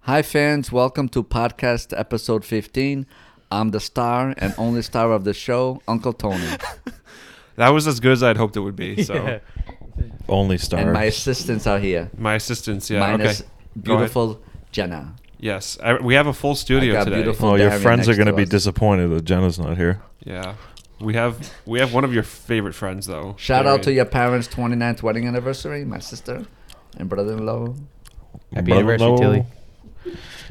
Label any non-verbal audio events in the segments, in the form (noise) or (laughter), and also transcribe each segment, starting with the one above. Hi, fans. Welcome to podcast episode 15. I'm the star and only star of the show, Uncle Tony, That was as good as I'd hoped it would (laughs) (laughs) be. So Yeah. Only star. and my assistants are here, my assistants, yeah, minus okay, Go ahead. beautiful Jenna. Yes, I, we have a full studio I got today. beautiful- oh, your Darian friends are next going to to be us. disappointed that Jenna's not here. Yeah, we have we have one of your favorite friends though. Shout out to Darian. your parents' 29th wedding anniversary, my sister and brother-in-law. Happy anniversary, Tilly.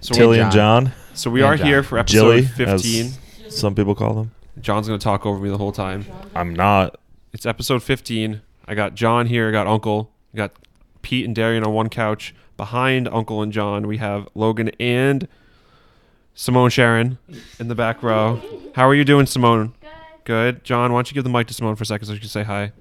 So we, Tilly and John. so we are and John. here for episode Jilly, fifteen. as some people call them. John's gonna talk over me the whole time. I'm not. It's episode fifteen. I got John here. I got Uncle. I got Pete and Darian on one couch. Behind Uncle and John, we have Logan and Simone Sharon in the back row. How are you doing, Simone? Good. John, why don't you give the mic to Simone for a second so she can say hi?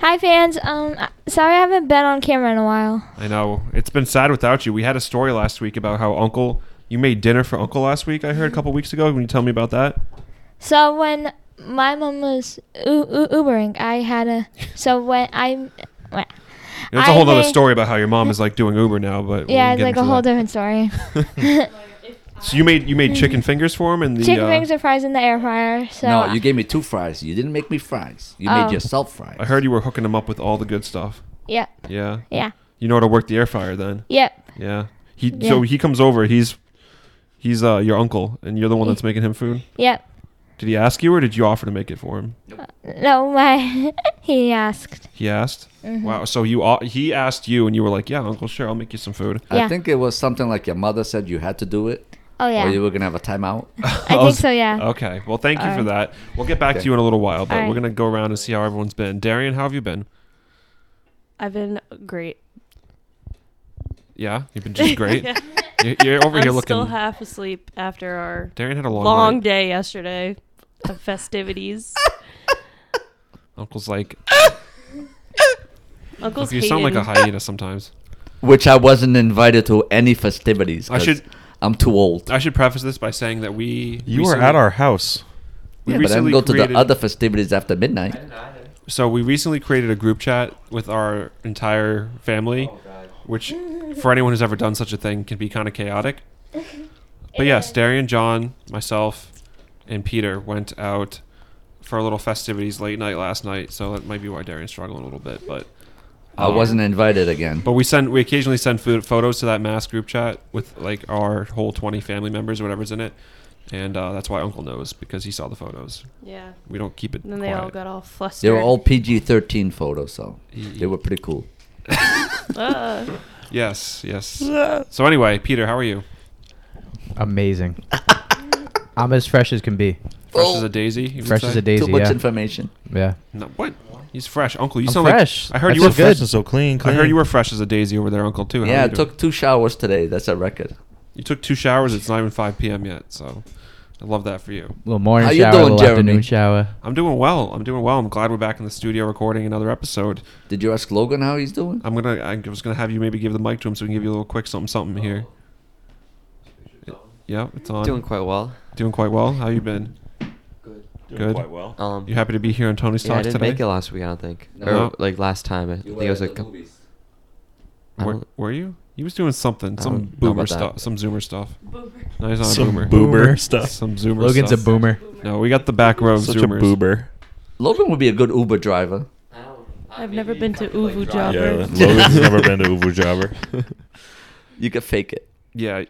Hi fans. Um, I- sorry I haven't been on camera in a while. I know. It's been sad without you. We had a story last week about how Uncle you made dinner for Uncle last week, I heard a couple weeks ago. Can you tell me about that? So when my mom was u- u- Ubering, I had a. So when I, well, That's a whole I other made- story about how your mom is like doing Uber now, but we yeah, can it's get like a into whole that. (laughs) different story. (laughs) So you made you made chicken fingers for him and the Chicken uh, wings or fries in the air fryer. So no, you gave me two fries. You didn't make me fries. You Oh. made yourself fries. I heard you were hooking him up with all the good stuff. Yep. Yeah. Yeah. You know how to work the air fryer then. Yep. Yeah. He Yeah. so he comes over, he's he's uh your uncle and you're the one that's making him food. Yep. Did he ask you or did you offer to make it for him? No, my (laughs) he asked. He asked. Wow. So you au- he asked you and you were like, "Yeah, uncle, sure, I'll make you some food." I (laughs) Yeah. think it was something like your mother said you had to do it, Oh yeah. or you were gonna have a timeout. (laughs) I think so. Yeah. Okay. Well, thank you for Alright. that. We'll get back Okay. to you in a little while, but we're Alright. going to go around and see how everyone's been. Darian, how have you been? I've been great. Yeah, you've been (laughs) just great. You're, you're over I'm here looking. still half asleep after our Darian had a long, long, night. day yesterday (laughs) of festivities. Uncle's like, Uncle's you sound like a hating. hyena sometimes. Which I wasn't invited to any festivities. I 'cause should I'm too old. I should preface this by saying that we You were recently- at our house. we yeah, but I recently go to the created- other festivities after midnight. so we recently created a group chat with our entire family, which for anyone who's ever done such a thing can be kind of chaotic. But yes, Darian, John, myself, and Peter went out for a little festivities late night last night, so that might be why Darian's struggling a little bit. But I wasn't invited again. but we send we occasionally send food, photos to that mass group chat with like our whole twenty family members or whatever's in it, and uh, that's why Uncle knows because he saw the photos. Yeah. We don't keep it. And then they quiet. all got all flustered. They were all PG 13 photos, so they were pretty cool. (laughs) Uh, Yes, (laughs) yes. So anyway, Peter, how are you? (laughs) Amazing. I'm as fresh as can be. Fresh as a daisy. you would Fresh as say? a daisy. Too much yeah. information. yeah. No, what? He's fresh, Uncle. You I'm sound fresh. like I heard That's you were so fresh. good. Fresh and so clean, I clean. heard you were fresh as a daisy over there, Uncle. Too. How yeah, are I you doing? took two showers today. That's a record. You took two showers. It's not even five p.m. yet, so I love that for you. little morning How you shower, doing, little Jeremy? afternoon shower. I'm doing well. I'm doing well. I'm glad we're back in the studio recording another episode. Did you ask Logan how he's doing? I'm gonna. I was gonna have you maybe give the mic to him so we can give you a little quick something something here. Yeah, it's on. Doing quite well. Doing quite well. How you been? Good. Good. Quite well. Um, You happy to be here on Tony's yeah, I Talks didn't today? make it last week. I don't think, No. or like last time. I think it was like a, I Were, don't- were you? He was doing something, I some don't know boomer about that. stuff, some zoomer stuff. No, he's not Some a boomer. boomer Boomer. stuff. Some zoomer. Logan's stuff. a boomer. No, we got the back row of Such zoomers. a boober. Logan would be a good Uber driver. I've never been to Uvu Jobber. Yeah, (laughs) Logan's never been to Ubu Jobber. You could fake it. Yeah.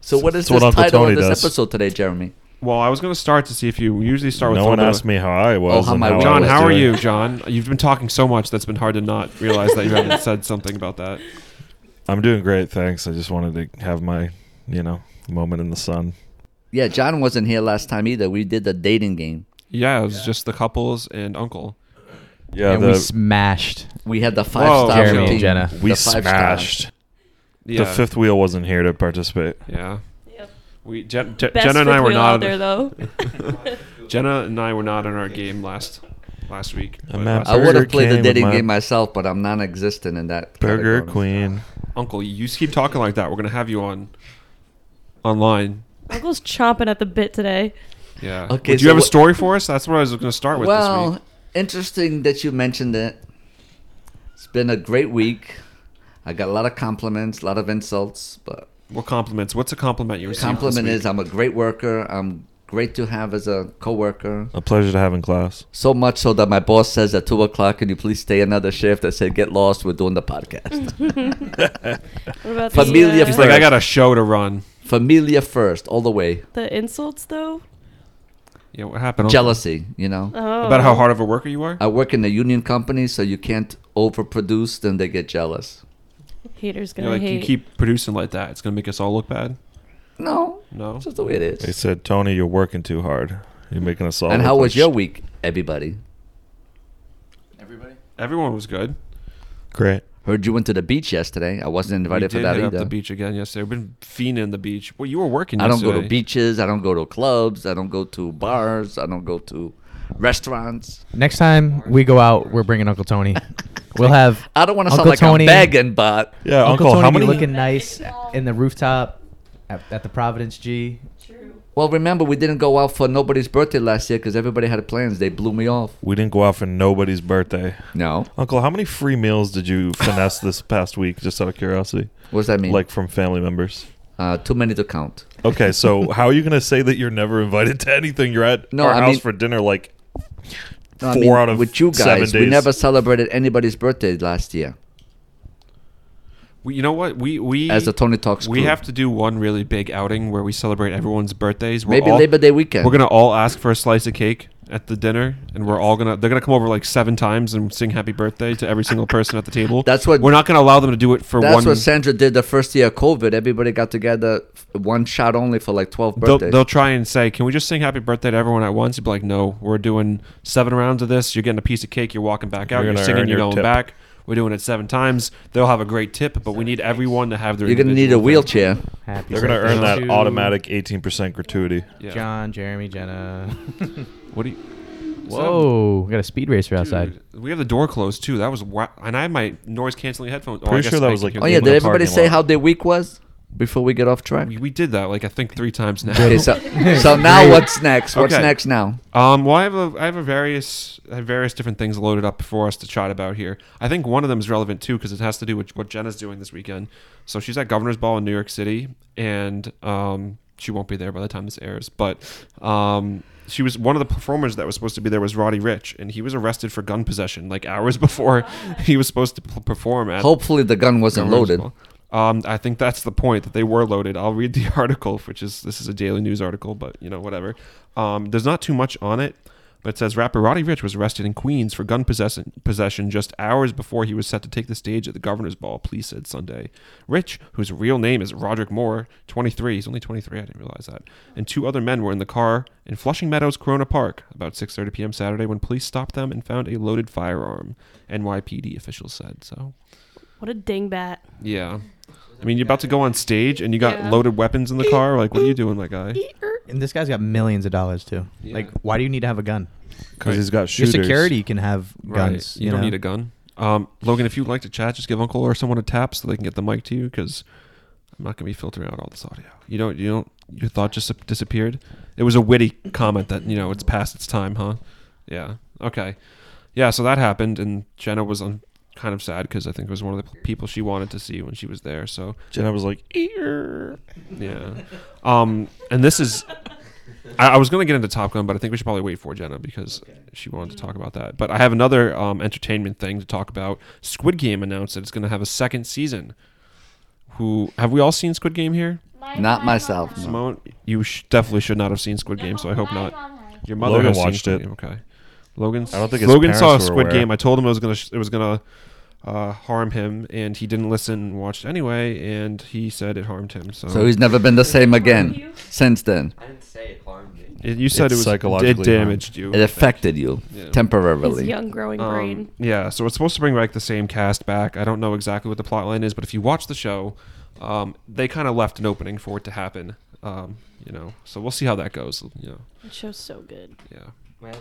So, what is That's what this Uncle title Tony of this does. episode today, Jeremy? Well, I was gonna start to see if you we usually start with. No one Logan. asked me how I was. Oh, how and my I week John, was how are doing. you, John? You've been talking so much that's been hard to not realize that you haven't said something about that. I'm doing great, thanks. I just wanted to have my, you know, moment in the sun. Yeah, John wasn't here last time either. We did the dating game. Yeah, it was just the couples and Uncle. Yeah, and the, we smashed We had the five Whoa. star Jeremy routine. and Jenna. we the five smashed. Yeah. The fifth wheel wasn't here to participate. Yeah. Yep. We Je- Je- Best Jenna and I fifth were wheel not out (laughs) there though. Jenna and I were not in our game last last week. I'm But at last- I would Burger have played the King with dating my- game myself, but I'm non-existent in that. Burger category. Queen. Uncle, you keep talking like that. We're gonna have you on online. Uncle's chomping at the bit today. Yeah. Okay, Okay. Do you so have a what- story for us? That's what I was going to start with this Well, week. interesting that you mentioned it. It's been a great week. I got a lot of compliments, a lot of insults, but What compliments? What's a compliment you the received? compliment this is I'm a great worker. I'm great to have as a coworker. A pleasure to have in class. So much so that my boss says at two o'clock, can you please stay another shift? I said, get lost. We're doing the podcast. (laughs) (laughs) What about Familia the, He's uh, like, I first. got a show to run. Familia first, all the way. the insults though? Yeah, what happened? Jealousy, you know. Oh. About how hard of a worker you are? I work in a union company, so you can't overproduce, then they get jealous. haters You're gonna like, you hate. keep producing like that. It's going to make us all look bad. No, No. it's just the way it They is. said, Tony, you're working too hard. You're making us all. And look how like was your sh- week, everybody? Everyone was good. Great. Heard you went to the beach yesterday. I wasn't We invited did for that hit either. up the beach again yesterday. We've been fiending the beach. Well, you were working I don't go to yesterday. beaches. I don't go to clubs. I don't go to bars. I don't go to restaurants. Next time we go out, we're bringing (laughs) Uncle Tony. We'll have I don't want to sound Uncle like Tony- I'm begging, but Yeah, Uncle, Uncle, Tony how be many? looking nice in the rooftop at, at the Providence G. well, remember we didn't go out for nobody's birthday last year because everybody had plans. They blew me off. we didn't go out for nobody's birthday. No, Uncle, how many free meals did (laughs) you finesse this past week? Just out of curiosity, what does that mean? like from family members. uh, too many to count. Okay, (laughs) so how are you gonna say that you're never invited to anything? You're at No, our I house mean- for dinner like No, I four mean, out of with you guys, seven we days. never celebrated anybody's birthday last year We, you know what? We we as the Tony Talks. we crew. have to do one really big outing where we celebrate everyone's birthdays. We're maybe all- Labor Day weekend. We're gonna all ask for a slice of cake at the dinner, and we're all gonna they're gonna come over like seven times and sing happy birthday to every single person at the table. That's what- we're not gonna allow them to do it for That's one. what Sandra did the first year of COVID. Everybody got together f- one shot only for like twelve they'll, birthdays. they'll try and say, "Can we just sing happy birthday to everyone at once?" You'd be like, "No, we're doing seven rounds of this. You're getting a piece of cake. You're walking back out. You're You're gonna singing. earn You're your going tip." back. We're doing it seven times. They'll have a great tip, but we need everyone to have their. You're gonna need a individual thing. wheelchair. Oh, Happy They're gonna birthday earn that to automatic 18% gratuity. Yeah. John, Jeremy, Jenna. What do you? Is that a- Whoa, we got a speed racer outside. Dude, we have the door closed too. That was wow. And I had my noise canceling headphones. I Pretty guess sure that I was, can like, hear Oh the yeah, in did the everybody parking say lot. how their week was before we get off track? (laughs) We, we did that like I think three times now. Okay, so so now what's next? What's Okay. next now? (laughs) um, well, I have a I have a various I have various different things loaded up for us to chat about here. I think one of them is relevant too because it has to do with what Jenna's doing this weekend. So she's at Governor's Ball in New York City, and um, she won't be there by the time this airs. But um, she was one of the performers that was supposed to be there was Roddy Rich, and he was arrested for gun possession like hours (laughs) before he was supposed to p- perform at Hopefully the gun wasn't loaded. Governor's Ball. Um, I think that's the point that they were loaded. I'll read the (laughs) article, which is this is a daily news article, but you know whatever. Um, there's not too much on it, but it says rapper Roddy Rich was arrested in Queens for gun possession possession just hours before he was set to take the stage at the Governor's Ball. Police said Sunday. Rich, whose real name is Roderick Moore, 23, he's only 23. I didn't realize that. And two other men were in the car in Flushing Meadows Corona Park about 6:30 p.m. Saturday when police stopped them and found a loaded firearm. NYPD officials said so. What a dingbat. Yeah. I mean, you're about to go on stage and you got Yeah. loaded weapons in the car. Like, what are you doing, my guy? And this guy's got millions of dollars too. Yeah. Like, why do you need to have a gun? Because he's got shooters. Your security can have Right. guns. You, don't need a gun. Um, Logan, if you'd like to chat, just give Uncle or someone a tap so they can get the mic to you because I'm not going to be filtering out all this audio. You don't, you don't, your thought just disappeared. It was a witty comment that, you know, it's past its time, huh? Yeah. Okay. Yeah. So that happened and Jenna was on. Kind of sad because I think it was one of the people she wanted to see when she was there. So Jenna was like, "Ear." Yeah. Um, and this is. I, I was going to get into Top Gun, but I think we should probably wait for Jenna because she wanted to talk about that. But I have another um, entertainment thing to talk about. Squid Game announced that it's going to have a second season. Who have we all seen Squid Game here? Not myself. No. Simone, you sh- definitely should not have seen Squid Game, so I hope not. Your mother Logan has seen watched Squid it. Game, Okay. Logan. I don't think his Logan saw parents were Squid aware. Game. I told him it was gonna sh- it was gonna uh, harm him, and he didn't listen. and Watched it anyway, and he said it harmed him. So he's never been the same again since then. I didn't say it harmed me. It, you said It's it was psychologically It damaged you. It affected you Yeah. His temporarily. young growing Um, brain. yeah, so it's supposed to bring like the same cast back. I don't know exactly what the plot line is, but if you watch the show, um, they kind of left an opening for it to happen. Um, you know, so we'll see how that goes. You know, The show's so good. yeah. Well,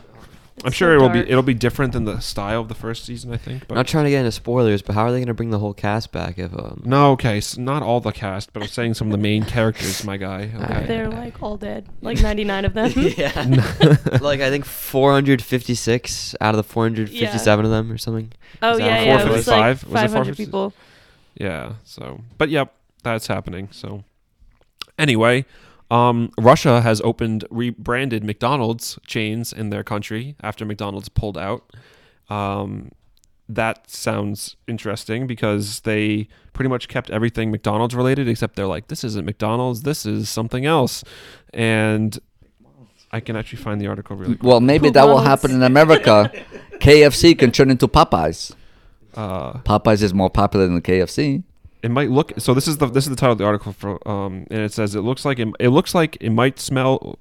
I'm It's sure so it will dark. be it'll be different than the style of the first season. I think. But not trying to get into spoilers, but how are they going to bring the whole cast back if um? no, okay, so not all the cast, but I'm saying some of the main characters. My guy. Alright. Okay. They're like all dead. Like 99 of them. (laughs) yeah. (laughs) like I think 456 out of the 457 of them or something. Oh Is that yeah, on yeah. It was like 455? Was it 500 450? people. Yeah. So, but yep, that's happening. So, anyway, um, Russia has opened rebranded McDonald's chains in their country after McDonald's pulled out. Um, that sounds interesting because they pretty much kept everything McDonald's related, except they're like, this isn't McDonald's, this is something else. And I can actually find the article really quick. Well, maybe that will happen in America. KFC can turn into Popeyes. Uh, Popeyes is more popular than KFC. it might look so this is the this is the title of the article for um and it says it looks like it, it looks like it might smell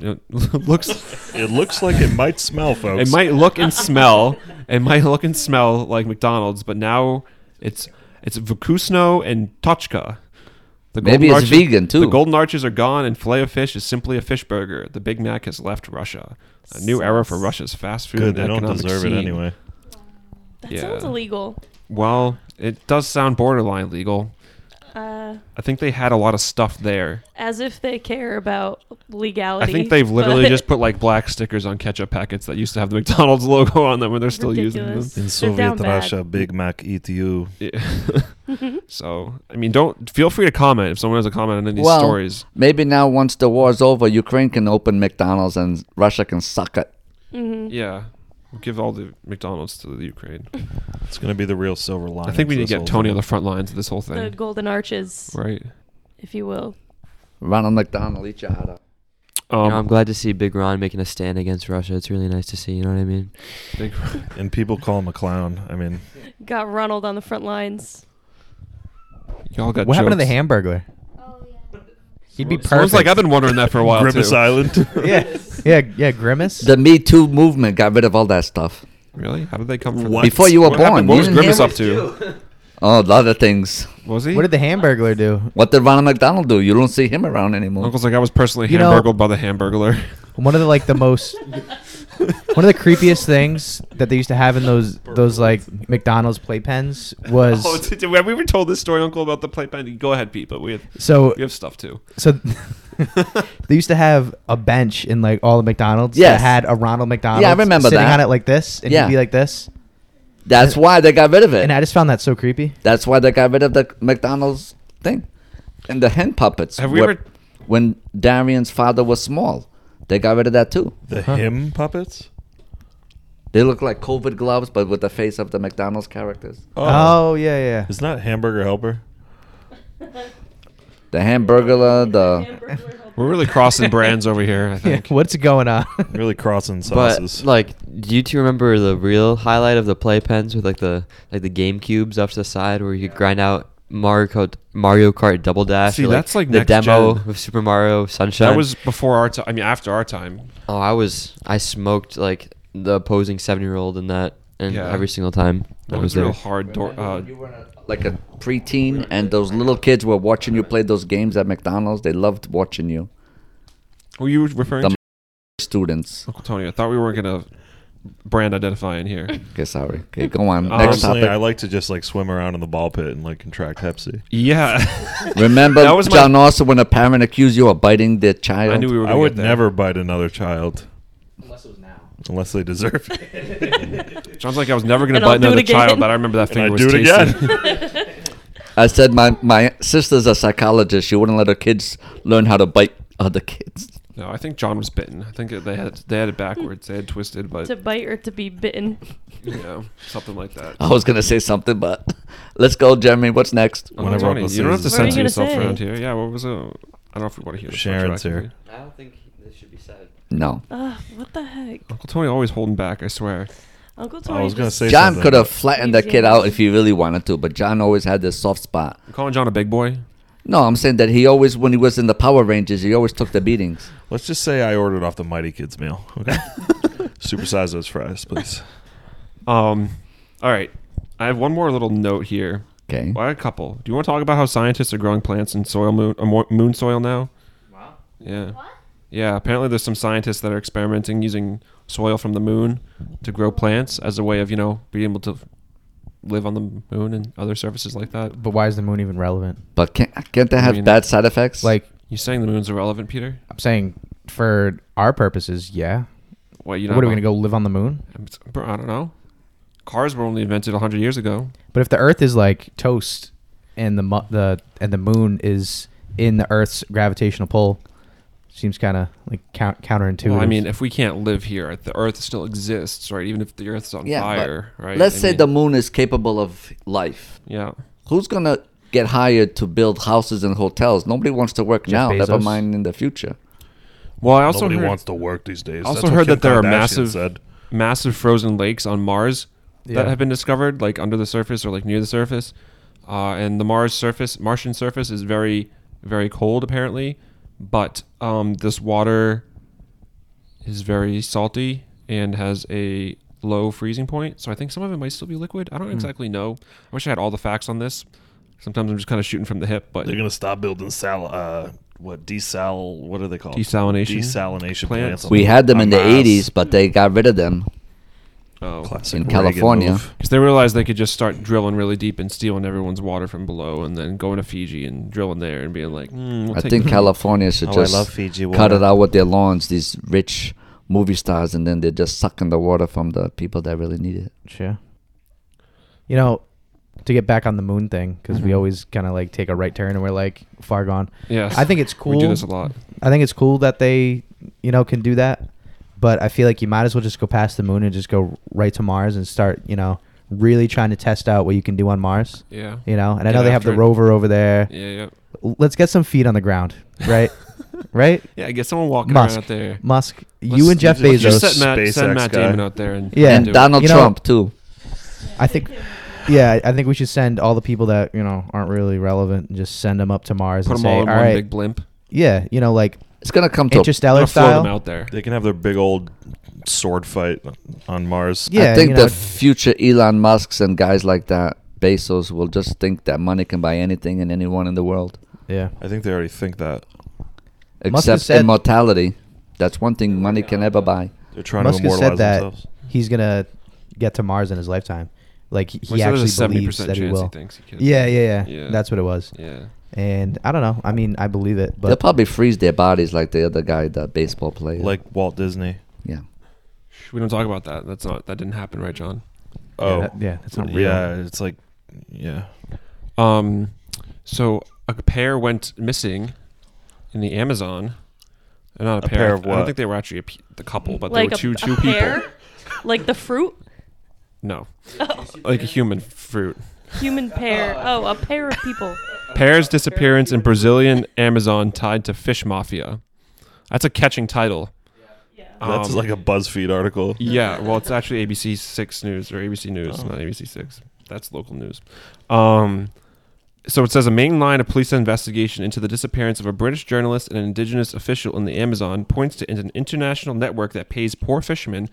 it (laughs) looks It looks like it might smell, folks. it might look and smell it might look and smell like McDonald's but now it's it's Vukusno and Tochka. The Maybe it's vegan, too. The golden arches are gone and filet of fish is simply a fish burger. The Big Mac has left Russia. A new era for Russia's fast food Good. and They don't economic deserve it scene. anyway. That Yeah. sounds illegal. Well, it does sound borderline legal. Uh, I think they had a lot of stuff there. as if they care about I legality. think they've literally (laughs) but- just put like black stickers on ketchup packets that used to have the McDonald's (laughs) logo on them, and they're still Ridiculous. In They're Soviet down bad. Russia, Big Mac eat you. using them. (laughs) Yeah. so, I mean, don't feel free to comment if someone has a comment on any of these Well- stories. Maybe now, once the war's over, Ukraine can open McDonald's and Russia can suck it. Mhm. Yeah, give all the McDonald's to the Ukraine. It's gonna be the real silver lining. I think we need to this get whole Tony on thing. the front lines of this whole The thing, golden arches, right? if you (laughs) will. Ronald McDonald, eat your heart out. Um, You know, I'm glad to see Big Ron making a stand against Russia. It's really nice to see. You know what I mean? big- And people call him a clown. I mean, Got Ronald on the front lines. (laughs) y'all got what happened to the jokes. (laughs) hamburgerglar? Oh yeah. He'd be Someone's perfect. like I've been wondering that for a while. Grimace too. (laughs) Island. yeah, yeah, yeah. Grimace. The Me Too movement got rid of all that stuff. Really? How did they come from? What? Before you were What, born. happened? what you was didn't Grimace hear- up to? Oh, the other things. Was he? what did the hamburglar do? What did Ronald McDonald do? You don't see him around anymore. Uncle's like I was personally You know- hamburgled by the hamburglar. (laughs) One of the like the (laughs) most, one of the creepiest things that they used to have in those those like McDonald's playpens was Oh, did, (laughs) have we ever told this story, Uncle, about the playpen? Go ahead, Pete. But we have so we have stuff too. so. (laughs) they used to have a bench in like all the McDonald's Yes. that had a Ronald McDonald. Yeah, I remember sitting that. on it like this, and Yeah. he'd be like this, That's why they got rid of it. and I just found that so creepy. That's why they got rid of the McDonald's thing. And the hen puppets. Have we were- ever- When Darian's father was small, they got rid of that too. (laughs) the Uh-huh. Huh. him puppets. They look like COVID gloves, but with the face of the McDonald's characters. Oh, yeah, yeah. It's not hamburger helper. The hamburger, the. We're really (laughs) crossing brands over here. I think. Yeah, what's going on? (laughs) Really crossing sauces. But like, do you two remember the real highlight of the playpens with like the like the Game Cubes off to the side where you could grind out Mario Kart, Mario Kart Double Dash? See, or, that's, like, the next demo gen. of Super Mario Sunshine. That was before our time. I mean, after our time. Uh, Oh, I was I smoked like the opposing seven year old in that, and Yeah. every single time That I was was a real there. hard door. Uh, Like a preteen, and those little kids were watching you play those games at McDonald's. They loved watching you. were you referring The- to Students. Uncle Tony? I thought we were gonna brand identify in (laughs) here. Okay, sorry. Okay, go on. Um, Next Personally, topic. I like to just like swim around in the ball pit and like contract Pepsi. Yeah, Remember, That was my- John, also when a parent accused you of biting their child? (laughs) I knew we were. I Gonna would get there. never bite another child unless they deserve it. (laughs) Sounds like I was never gonna And I'll bite do it another child, again. but I remember that And thing I was do it tasty. again. (laughs) I said my my sister's a psychologist. She wouldn't let her kids learn how to bite other kids. (laughs) No, I think John was bitten. I think that they had they had it backwards. They had twisted, but To bite or to be bitten. (laughs) you (laughs) know something like that. I was gonna say something, but (laughs) let's go, Jeremy. What's next? Uncle Whenever Tony, Uncle you don't have to says- What are censor you gonna yourself say? around here. Yeah, what was it? I don't know if we want to hear this. Sharon's retroactively. here. I don't think this should be said. No, Ugh, Ah, what the heck? Uncle Tony always holding back. I swear. Uncle Tony. Oh, I was gonna just- say John something, could have but flattened the kid out if he really wanted to, but John always had this soft spot. I'm calling John a big boy. No, I'm saying that he always, when he was in the Power Rangers, he always took the beatings. Let's just say I ordered off the Mighty Kids meal. (laughs) Okay, supersize those fries, please. Um, all right. I have one more little note here. Okay, Well, I have a couple. Do you want to talk about how scientists are growing plants in soil moon, uh, mo- moon soil now? Wow. Yeah. Yeah. Apparently, there's some scientists that are experimenting using soil from the moon to grow plants as a way of you know being able to live on the moon and other surfaces like that. but why is the moon even relevant? but can't can't they I have mean- bad side effects? Like You saying the moon's irrelevant, Peter? I'm saying, for our purposes, yeah. What you Um, what are we gonna go live on the moon? go? I don't know. cars were only invented 100 years ago. But if the Earth is like toast, and the mu- the and the Moon is in the Earth's gravitational pull, seems kind of like count- counterintuitive. Well, I mean, if we can't live here, the Earth still exists, right? Even if the Earth's on Yeah, but fire, right? Let's I say mean, the moon is capable of life. yeah. Who's gonna get hired to build houses and hotels? Nobody wants to work now. Never Bezos. mind in the future. Well, I also Nobody heard wants to work these days. also That's what heard Kim that there are Kardashian massive- Said. massive frozen lakes on Mars Yeah. that have been discovered, like under the surface or like near the surface. Uh, and the Mars surface, Martian surface, is very, very cold apparently, but um, this water is very salty and has a low freezing point. So I think some of it might still be liquid. I don't Hmm. exactly know. I wish I had all the facts on this. Sometimes I'm just kind of shooting from the hip, but They're gonna stop building sal. Uh, what desal? What are they called? Desalination Desalination plants. plants. We had them in the eighties, '80s, but they got rid of them. oh, in California. because they realized they could just start drilling really deep and stealing everyone's water from below, and then going to Fiji and drilling there and being like, mm, we'll I take think the- (laughs) California should Oh, I just love Fiji cut it water. out with their lawns. These rich movie stars, and then they're just sucking the water from the people that really need it. yeah. You know, to get back on the Moon thing, because Mm-hmm. we always kind of like take a right turn and we're like far gone. Yes, I think it's cool. we do this a lot. I think it's cool that they, you know, can do that. But I feel like you might as well just go past the moon and just go right to Mars and start, you know, really trying to test out what you can do on Mars. Yeah, You know, and I Get know they have after the it. rover over there. yeah, yeah. L- Let's get some feet on the ground, (laughs) right? right? Yeah, get someone walking Musk. around out there. Musk, Let's- you and Jeff let's Just Bezos. set Matt, send SpaceX Matt guy. Damon out there and Yeah. and do it. Donald You know- Trump too. I think, yeah, I think we should send all the people that you know aren't really relevant and just send them up to Mars put and them say, all in all one right, big blimp. yeah, you know, like It's gonna come to. interstellar Gonna float them style. out there. They can have their big old sword fight on Mars. Yeah, I think you the know. future Elon Musk's and guys like that, Bezos, will just think that money can buy anything and anyone in the world, Yeah, I think they already think that. Musk except has said- immortality. That's one thing money can never buy. They're trying Musk to has said immortalize that themselves. he's gonna get to Mars in his lifetime. Like he Well, he said there's actually a 70% believes that he chance will. he thinks he could. yeah, yeah, yeah, Yeah. That's what it was. Yeah. And I don't know. I mean, I believe it, They'll but probably freeze their bodies like the other guy, the baseball player. Like Walt Disney. yeah, We don't talk about that. That's not that didn't happen, right, John? Oh, that- yeah, that's not real. Yeah, it's like, yeah. Um, so a pair went missing in the Amazon. Uh, Not a, A pair. pair of I don't what? think they were actually a p- the couple, but like they were a, two a two people. pear? (laughs) like the fruit? No, Oh. like a human fruit. (laughs) Human pair. Oh, a pair of people. Pear's disappearance in Brazilian Amazon tied to fish mafia. That's a catching title. That's Um, like a BuzzFeed article. Yeah, well, it's actually ABC Six News or ABC News, Oh. not ABC Six. That's local news. Um, so it says a main line of police investigation into the disappearance of a British journalist and an indigenous official in the Amazon points to an international network that pays poor fishermen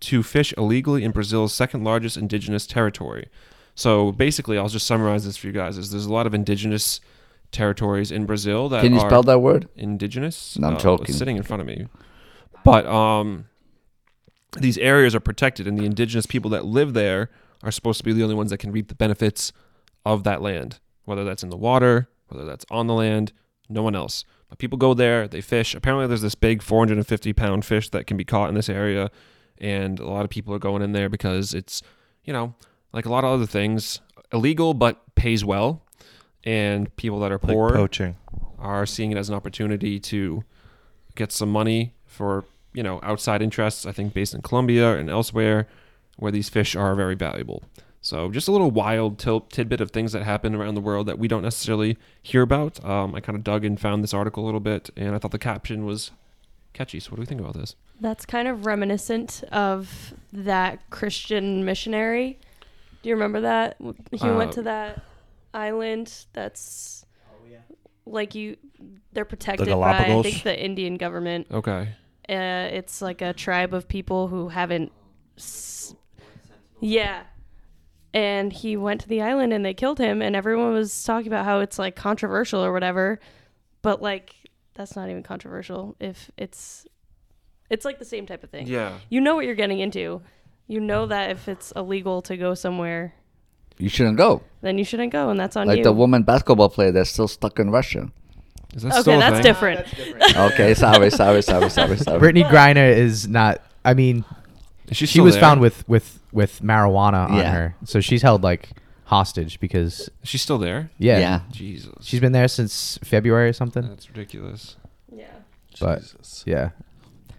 to fish illegally in Brazil's second largest indigenous territory. So basically, I'll just summarize this for you guys: is there's a lot of indigenous territories in Brazil that can you are- spell that word? indigenous. No, I'm it's joking. Sitting in front of me, but um, these areas are protected, and the indigenous people that live there are supposed to be the only ones that can reap the benefits of that land, whether that's in the water, whether that's on the land. No one else. But people go there, they fish. Apparently, there's this big 450 pound fish that can be caught in this area, and a lot of people are going in there because it's, you know, like a lot of other things, illegal but pays well. And people that are Like poor, poaching. are seeing it as an opportunity to get some money for you know outside interests. I think based in Colombia and elsewhere, where these fish are very valuable. So just a little wild til- tidbit of things that happen around the world that we don't necessarily hear about. Um, I kind of dug and found this article a little bit, and I thought the caption was catchy. So what do we think about this? That's kind of reminiscent of that Christian missionary. Do you remember that? W- He went Uh, to that island that's like you they're protected by I Oh, Galapagos? think the Indian government. Okay, Uh, it's like a tribe of people who haven't s- Yeah. And he went to the island and they killed him and everyone was talking about how it's like controversial or whatever. But like that's not even controversial if it's it's like the same type of thing yeah. you know what you're getting into. You know that if it's illegal to go somewhere, You shouldn't go. then you shouldn't go, and that's on Like you. the woman basketball player that's still stuck in Russia. Is that still okay, a that's thing? different. (laughs) Okay, sorry, sorry, sorry, sorry, sorry. Brittany Griner is not. I mean, Is she she still was there? found with with with marijuana on Yeah. her, so she's held like hostage because Is she still there? yeah, Yeah. Jesus. she's been there since February or something. That's ridiculous. Yeah. But yeah,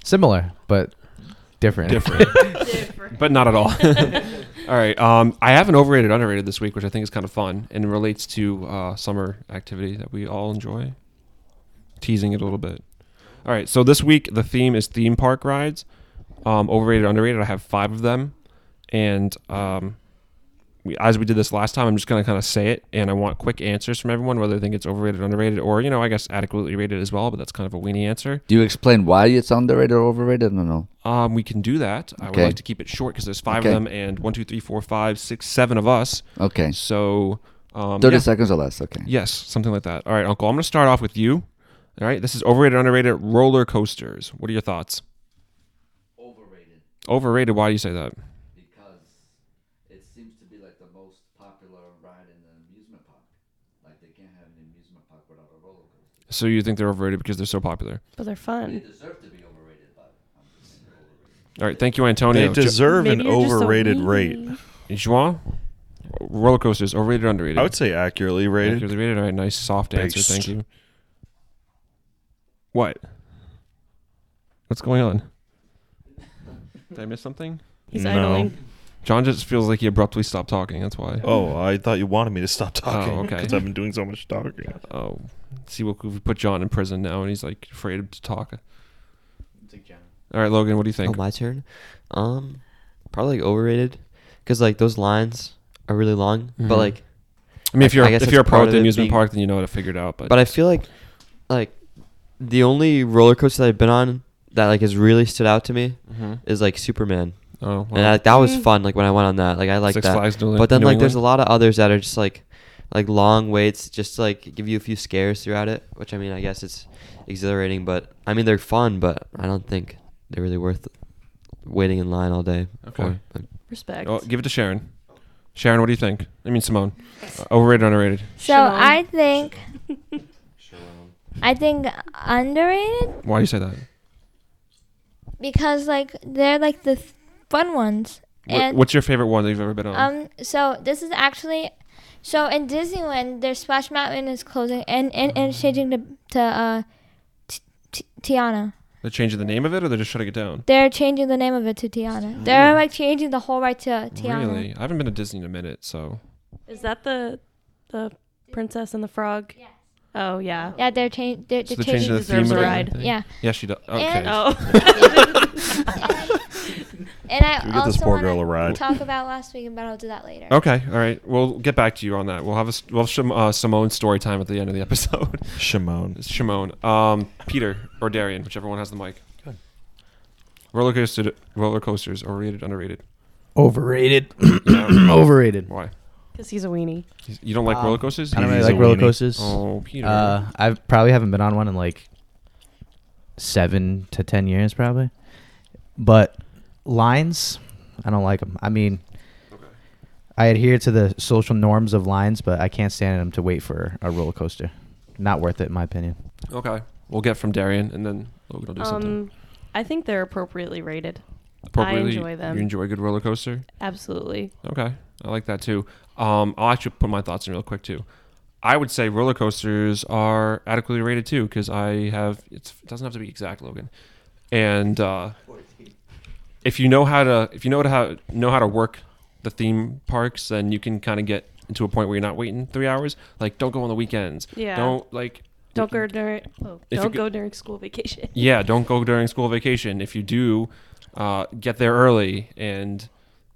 similar but different. Different. but not at all. (laughs) all right. Um, I have an overrated, underrated this week, which I think is kind of fun and relates to uh, summer activity that we all enjoy. Teasing it a little bit. All right. So this week the theme is theme park rides. Um, overrated, underrated. I have five of them, and um, we, as we did this last time, I'm just gonna kind of say it, and I want quick answers from everyone, whether they think it's overrated, underrated, or you know, I guess adequately rated as well. But that's kind of a weenie answer. Do you explain why it's underrated or overrated? No, no. Um, we can do that. I would Okay. like to keep it short because there's five Okay. of them and one, two, three, four, five, six, seven of us. Okay. So, um, 30 yeah. seconds or less. Okay. yes, something like that. All right, Uncle, I'm going to start off with you. All right, this is overrated, underrated roller coasters. What are your thoughts? Overrated Overrated. Why do you say that? because it seems to be like the most popular ride in the amusement park. Like they can't have an amusement park without a roller coaster. So you think they're overrated because they're so popular? But they're fun. deserve to be overrated, but I'm just saying All right, thank you, Antonio. They Jo- deserve an Maybe you're just a overrated weenie. rate. Juan, roller coasters, overrated, underrated. I would say accurately rated. Accurately rated. All right, nice soft answer. Thank Based. you. What? What's going on? Did I miss something? He's No. idling. John just feels like he abruptly stopped talking. That's why. Oh, I thought you wanted me to stop talking Oh, okay. because I've been doing so much talking. Oh, see, we'll, we put John in prison now, and he's like afraid to talk. All right, Logan, what do you Oh, think? my turn. Um, probably like, overrated because like those lines are really long. Mhm. But like, I mean, if I- you're I guess if that's you're a pro part at of the it amusement being- park, then you know how to figure it out. But, but I feel like like the only roller coaster that I've been on that like has really stood out to me Mhm. is like Superman, oh, and like that was Mm. fun. Like when I went on that, like I like Six that. Flags, New, but then New like there's a England? lot of others that are just like like long waits just to, like give you a few scares throughout it which i mean i guess it's exhilarating but i mean they're fun but i don't think they're really worth waiting in line all day Okay. for. But Respect. Oh, give it to Sharon. Sharon, what do you think? I mean, Simone. Uh, overrated, underrated. So Shalom. I think I think underrated Why do you say that? because like they're like the th- fun ones. What, and what's your favorite one that you've ever been on? um, so this is actually so in Disneyland, their Splash Mountain is closing and and, and it's changing to to uh, t- t- Tiana. they're changing the name of it, or they're just shutting it down. They're changing the name of it to Tiana. They're like changing the whole ride to Tiana. Really, I haven't been to Disney in a minute, so Is that the the princess and the frog? Yes. Oh yeah. Yeah, they're, changing. they're, so they're they're changing. changing the theme deserves of a the ride. thing. yeah, Yeah, she does. Okay. And- Oh. (laughs) (laughs) and I Can we get this also poor girl a want to ride? talk about last week, but I'll do that later. Okay, all right. We'll get back to you on that. We'll have a s- we'll have Shim, uh, Simone's story time at the end of the (laughs) episode. (laughs) Shimon. It's Shimone, um, Peter, or Darian, whichever one has the mic. Roller coaster, roller coasters, overrated, underrated. (laughs) Overrated. (coughs) Yeah, Overrated. Why? Because he's a weenie. You don't like Um, roller coasters? I don't really He's a like roller weenie. coasters. Oh, Peter. Uh, I probably haven't been on one in like seven to ten years, probably. But lines, I don't like them. I mean, I adhere to the social norms of lines, but I can't stand them to wait for a roller coaster. Not worth it, in my opinion. okay, we'll get from Darian, and then Logan will do something. Um, I think they're appropriately rated. Appropriately, enjoy them. You enjoy a good roller coaster. Absolutely. Okay, I like that too. Um, I'll actually put my thoughts in real quick too. I would say roller coasters are adequately rated too because I have it's, it doesn't have to be exact, Logan. And uh, if you know how to if you know how know how to work the theme parks, then you can kind of get into a point where you're not waiting three hours. Like, don't go on the weekends. Yeah. Don't like. Don't go during. Oh, If don't it- go during school vacation. Yeah, don't go during school vacation. If you do, uh, get there early and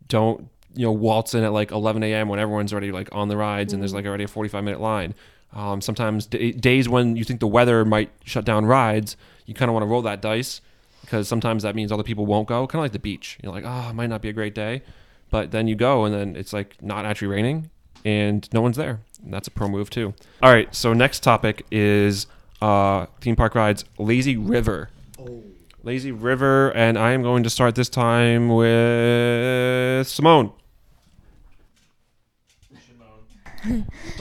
don't you know waltz in at like 11 a.m. when everyone's already like on the rides and there's like already a 45 minute line. Um, sometimes d- days when you think the weather might shut down rides, you kind of want to roll that dice because sometimes that means other people won't go. Kind of like the beach. You're like, oh, it might not be a great day, but then you go and then it's like not actually raining and no one's there. And that's a pro move too. All right, so next topic is uh, theme park rides, lazy river. Lazy River, and I am going to start this time with Simone.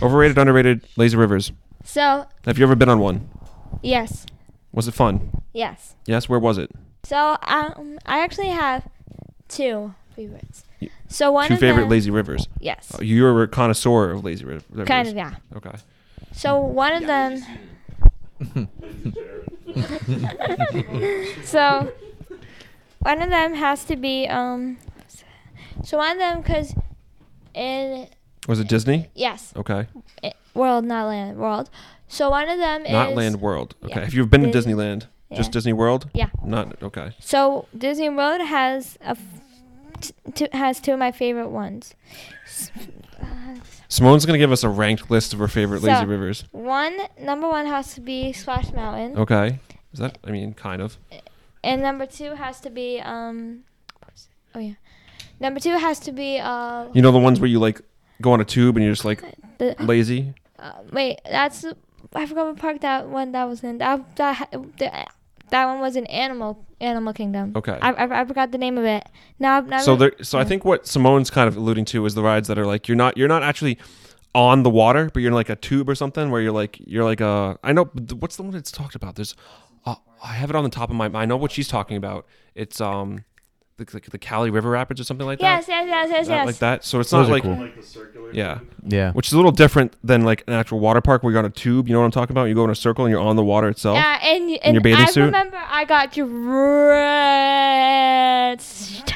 Overrated, underrated, lazy rivers. So Have you ever been on one? yes, Was it fun? yes. Yes. Where was it? So um, I actually have two favorites. So one Two of favorite them, lazy rivers. Yes, Oh, You're a connoisseur of lazy riv- rivers. kind of yeah. Okay. So one of them. so one of them has to be um. So one of them, cause in Was it Disney? yes, Okay. i- world not land world. So one of them Not is Land World. Okay. yeah. Have you been to Disney- Disneyland? yeah. Just Disney World? Yeah. Not okay. So Disney World has a f- t- t- has two of my favorite ones. S- uh, Simone's gonna give us a ranked list of her favorite So- lazy rivers. One number one has to be Splash Mountain, Okay. Is that? I mean, kind of. and number two has to be um. Oh yeah, number two has to be uh. You know the ones where you like go on a tube and you're just like the, lazy. uh, wait, that's the- I forgot what park that one that was in. That that ha- the- that one was in Animal Animal Kingdom. Okay. I, I, I forgot the name of it. Now, now so there, so I think what Simone's kind of alluding to is the rides that are like you're not you're not actually on the water, but you're in like a tube or something where you're like you're like a I know but th- what's the one that's talked about. There's uh, I have it on the top of my I know what she's talking about. It's um the, the, the Cali River Rapids or something like yes, that. yes, yes, yes, Is that yes. like that. So it's Those not are like cool. Like the circular. yeah, Yeah. (laughs) which is a little different than like an actual water park where you're on a tube. You know what I'm talking about? You go in a circle and you're on the water itself. Yeah, and, and, your bathing I suit? remember I got drenched.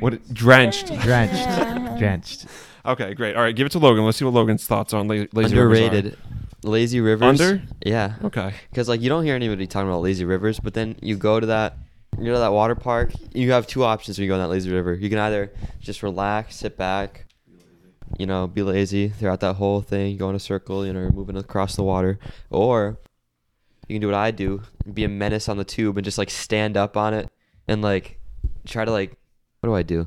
What drenched. Drenched. (laughs) Yeah. Drenched. okay, great. All right, give it to Logan. Let's see what Logan's thoughts on la- lazy rivers are. Underrated. Lazy rivers. Under? Yeah. Okay. Because like you don't hear anybody talking about lazy rivers, but then you go to that, you go to that water park. You have two options when you go on that lazy river. You can either just relax, sit back, you know, be lazy throughout that whole thing, go in a circle, you know, or moving across the water, or you can do what I do, be a menace on the tube and just like stand up on it and like try to like, what do I do?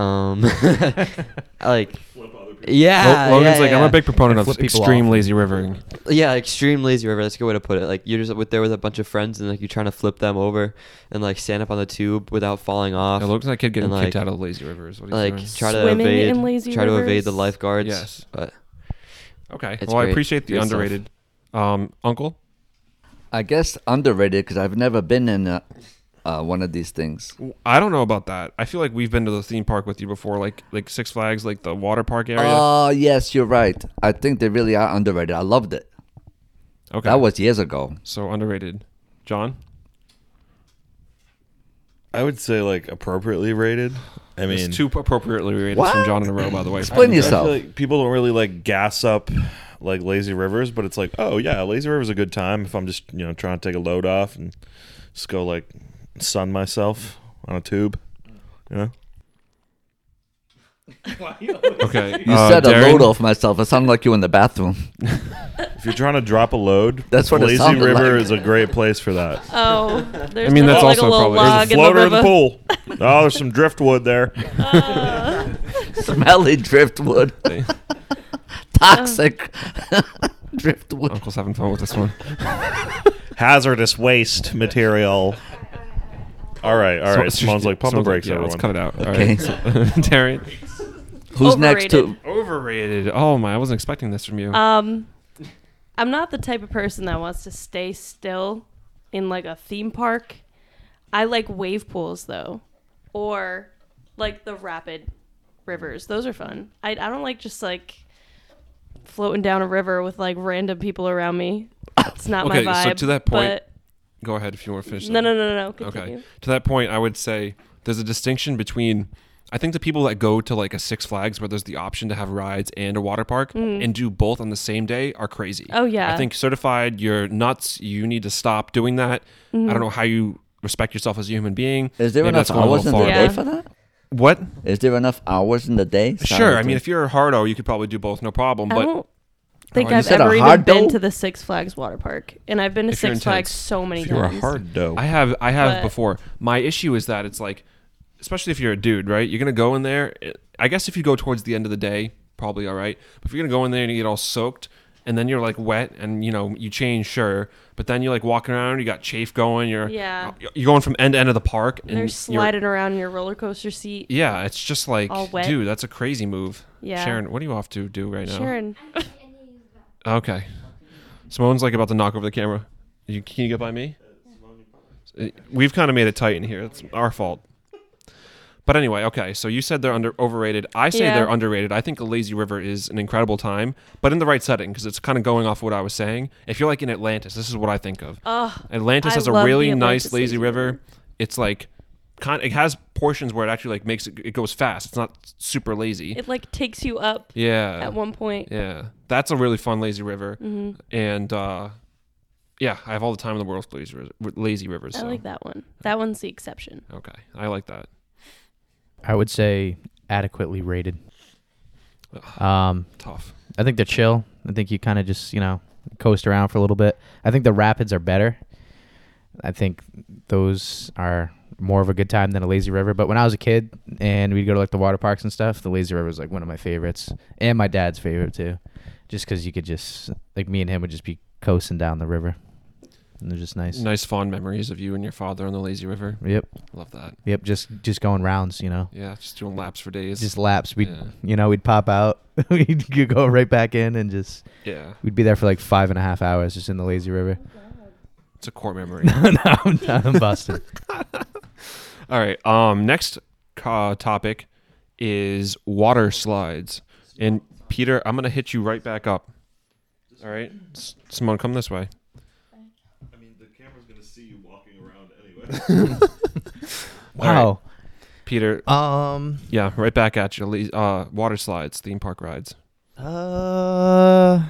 Um, (laughs) like, yeah, Lo- Logan's Ah, yeah, like, I'm yeah. a big proponent of Flip people extreme off. lazy rivering. Yeah, extreme lazy river. That's a good way to put it. Like you're just with there with a bunch of friends and like you're trying to flip them over and like stand up on the tube without falling off. It looks like a kid getting and, kicked like- out of lazy rivers. What are you like doing? try to Swimming evade, in lazy try to evade the rivers. lifeguards. Yes. but Okay. it's Well, I great. appreciate the Great stuff. underrated. Um, uncle, I guess underrated because I've never been in a, uh, one of these things. I don't know about that. I feel like we've been to the theme park with you before, like like Six Flags, like the water park area. Uh, Oh yes, you're right. I think they really are underrated. I loved it. okay. That was years ago. so underrated. John, I would say like appropriately rated. I mean, it's two appropriately rated from What? John in a row, by the way. Explain I feel yourself. like people don't really like gas up like lazy rivers, but it's like, oh yeah, lazy river's a good time if I'm just you know trying to take a load off and just go like sun myself on a tube. You know, Okay. You uh, said a Darren? load off myself. It sounded like you in the bathroom. (laughs) if you're trying to drop a load, That's what it lazy sounded river like. is a great place for that. (laughs) Oh, there's I mean, that's like a also little probably- There's a log There's a in the floater river. in the (laughs) pool. Oh, there's some driftwood there. Uh. (laughs) Smelly driftwood. (laughs) Toxic (laughs) driftwood. Uncle's having fun with this one. (laughs) Hazardous (laughs) waste material. All right, all right. So- Simone's like pump the Simone's like, brakes, yeah, everyone. Let's cut it out. All Okay. (laughs) right. (laughs) Darren, Who's next to? Overrated. overrated. Oh my, I wasn't expecting this from you. Um, I'm not the type of person that wants to stay still in like a theme park. I like wave pools though, or like the rapid rivers. Those are fun. I I don't like just like floating down a river with like random people around me. It's not Okay, my vibe. so to that point- but- Go ahead if you want to finish. no, that. no, no, no. no. Okay. Continue. To that point, I would say there's a distinction between I think the people that go to like a Six Flags where there's the option to have rides and a water park and do both on the same day are crazy. Mm-hmm. Oh, yeah. I think certified, you're nuts. You need to stop doing that. I Mm-hmm. don't know how you respect yourself as a human being. Is there Maybe enough that's going a hours in little the far. day Yeah. for that? What? Is there enough hours in the day? Sure. I mean, if you're a hardo, you could probably do both, no problem. I But don't think Oh, you I've said a ever even hard been dough? to the Six Flags water park, and I've been to If you're Six intense. Flags so many If you're a times. hard dough. I have I have But- before. My issue is that it's like, especially if you're a dude, right? You're gonna go in there. it- I guess if you go towards the end of the day, probably all right. But if you're gonna go in there and you get all soaked, and then you're like wet, and you know you change, sure. But then you're like walking around, you got chafe going. You're Yeah. You're going from end to end of the park, and They're you're- sliding around in your roller coaster seat. Yeah, it's just like, All wet. dude, that's a crazy move. Yeah. Sharon, what are you off to do right now? (laughs) Sharon, Okay. Simone's like about to knock over the camera. You, can you get by me? Uh, We've kind of made it tight in here. It's our fault. But anyway, okay. So you said they're under overrated. I say Yeah. they're underrated. I think a lazy river is an incredible time, but in the right setting because it's kind of going off what I was saying. If you're like in Atlantis, this is what I think of. Oh, Atlantis I has a love the really nice Atlantis lazy lazy river. river. It's like, kind. It has portions where it actually like makes it. It goes fast. It's not super lazy. it like takes you up yeah. at one point. Mm-hmm. Yeah, that's a really fun lazy river, and uh, yeah, I have all the time in the world for lazy, ri- lazy rivers. I So. like that one. That one's the exception. Okay, I like that. I would say adequately rated. Um, Tough. I think they're chill. I think you kind of just you know coast around for a little bit. I think the rapids are better. I think those are more of a good time than a lazy river. But when I was a kid and we'd go to like the water parks and stuff, the lazy river was like one of my favorites and my dad's favorite too, just because you could just like me and him would just be coasting down the river. And it was just nice. Nice fond memories of you and your father on the lazy river. Yep, Love that. yep. Just just going rounds, you know. Yeah, just doing laps for days. Just laps. We, Yeah. would you know, we'd pop out, (laughs) we'd go right back in, and just yeah, We'd be there for like five and a half hours just in the lazy river. it's a core memory. (laughs) no, I'm done. (laughs) I'm busted. all right. Um, next uh, topic is water slides, and Peter, I'm gonna hit you right back up. All right, S- Simone, come this way. I mean, the camera's gonna see you walking around anyway. Wow. Peter, Um. yeah, right back at you. Le- Uh, water slides, theme park rides. Uh.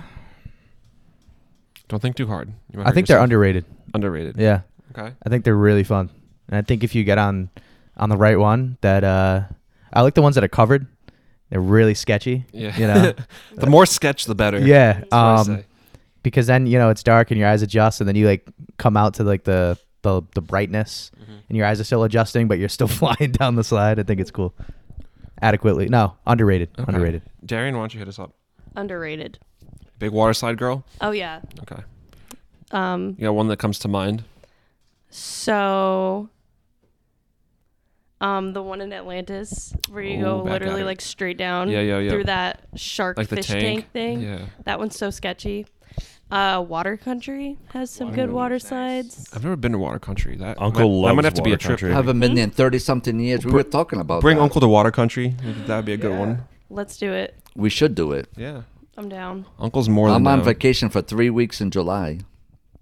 Don't think too hard. You might I hurt think they're yourself. underrated. underrated. Yeah, Okay. I think they're really fun, and I think if you get on, on the right one, that uh, I like the ones that are covered. They're really sketchy. Yeah. You know. (laughs) the more sketch, the better. yeah. That's what I um. say. because then you know it's dark and your eyes adjust and then you like come out to like the the, the brightness Mm-hmm. and your eyes are still adjusting but you're still (laughs) flying down the slide i think it's cool adequately no underrated Okay. underrated Darian, why don't you hit us up? Underrated. Big water slide girl. Oh yeah. Okay. Um. You got one that comes to mind. So. Um, the one in Atlantis where you Ooh, go back at literally it. like straight down Yeah, yeah, yeah. through that shark Like the fish tank. tank, thing. Yeah. That one's so sketchy. Uh, Water Country has some good water slides. I've never been to water country. That Uncle might, that might loves have to be a water trip. country. Have- Haven't been there in thirty something years. We were talking about Bring that. Uncle to water country. That would be a good one. Let's do it. We should do it. Yeah. I'm down. Uncle's more I'm than on down. vacation for three weeks in July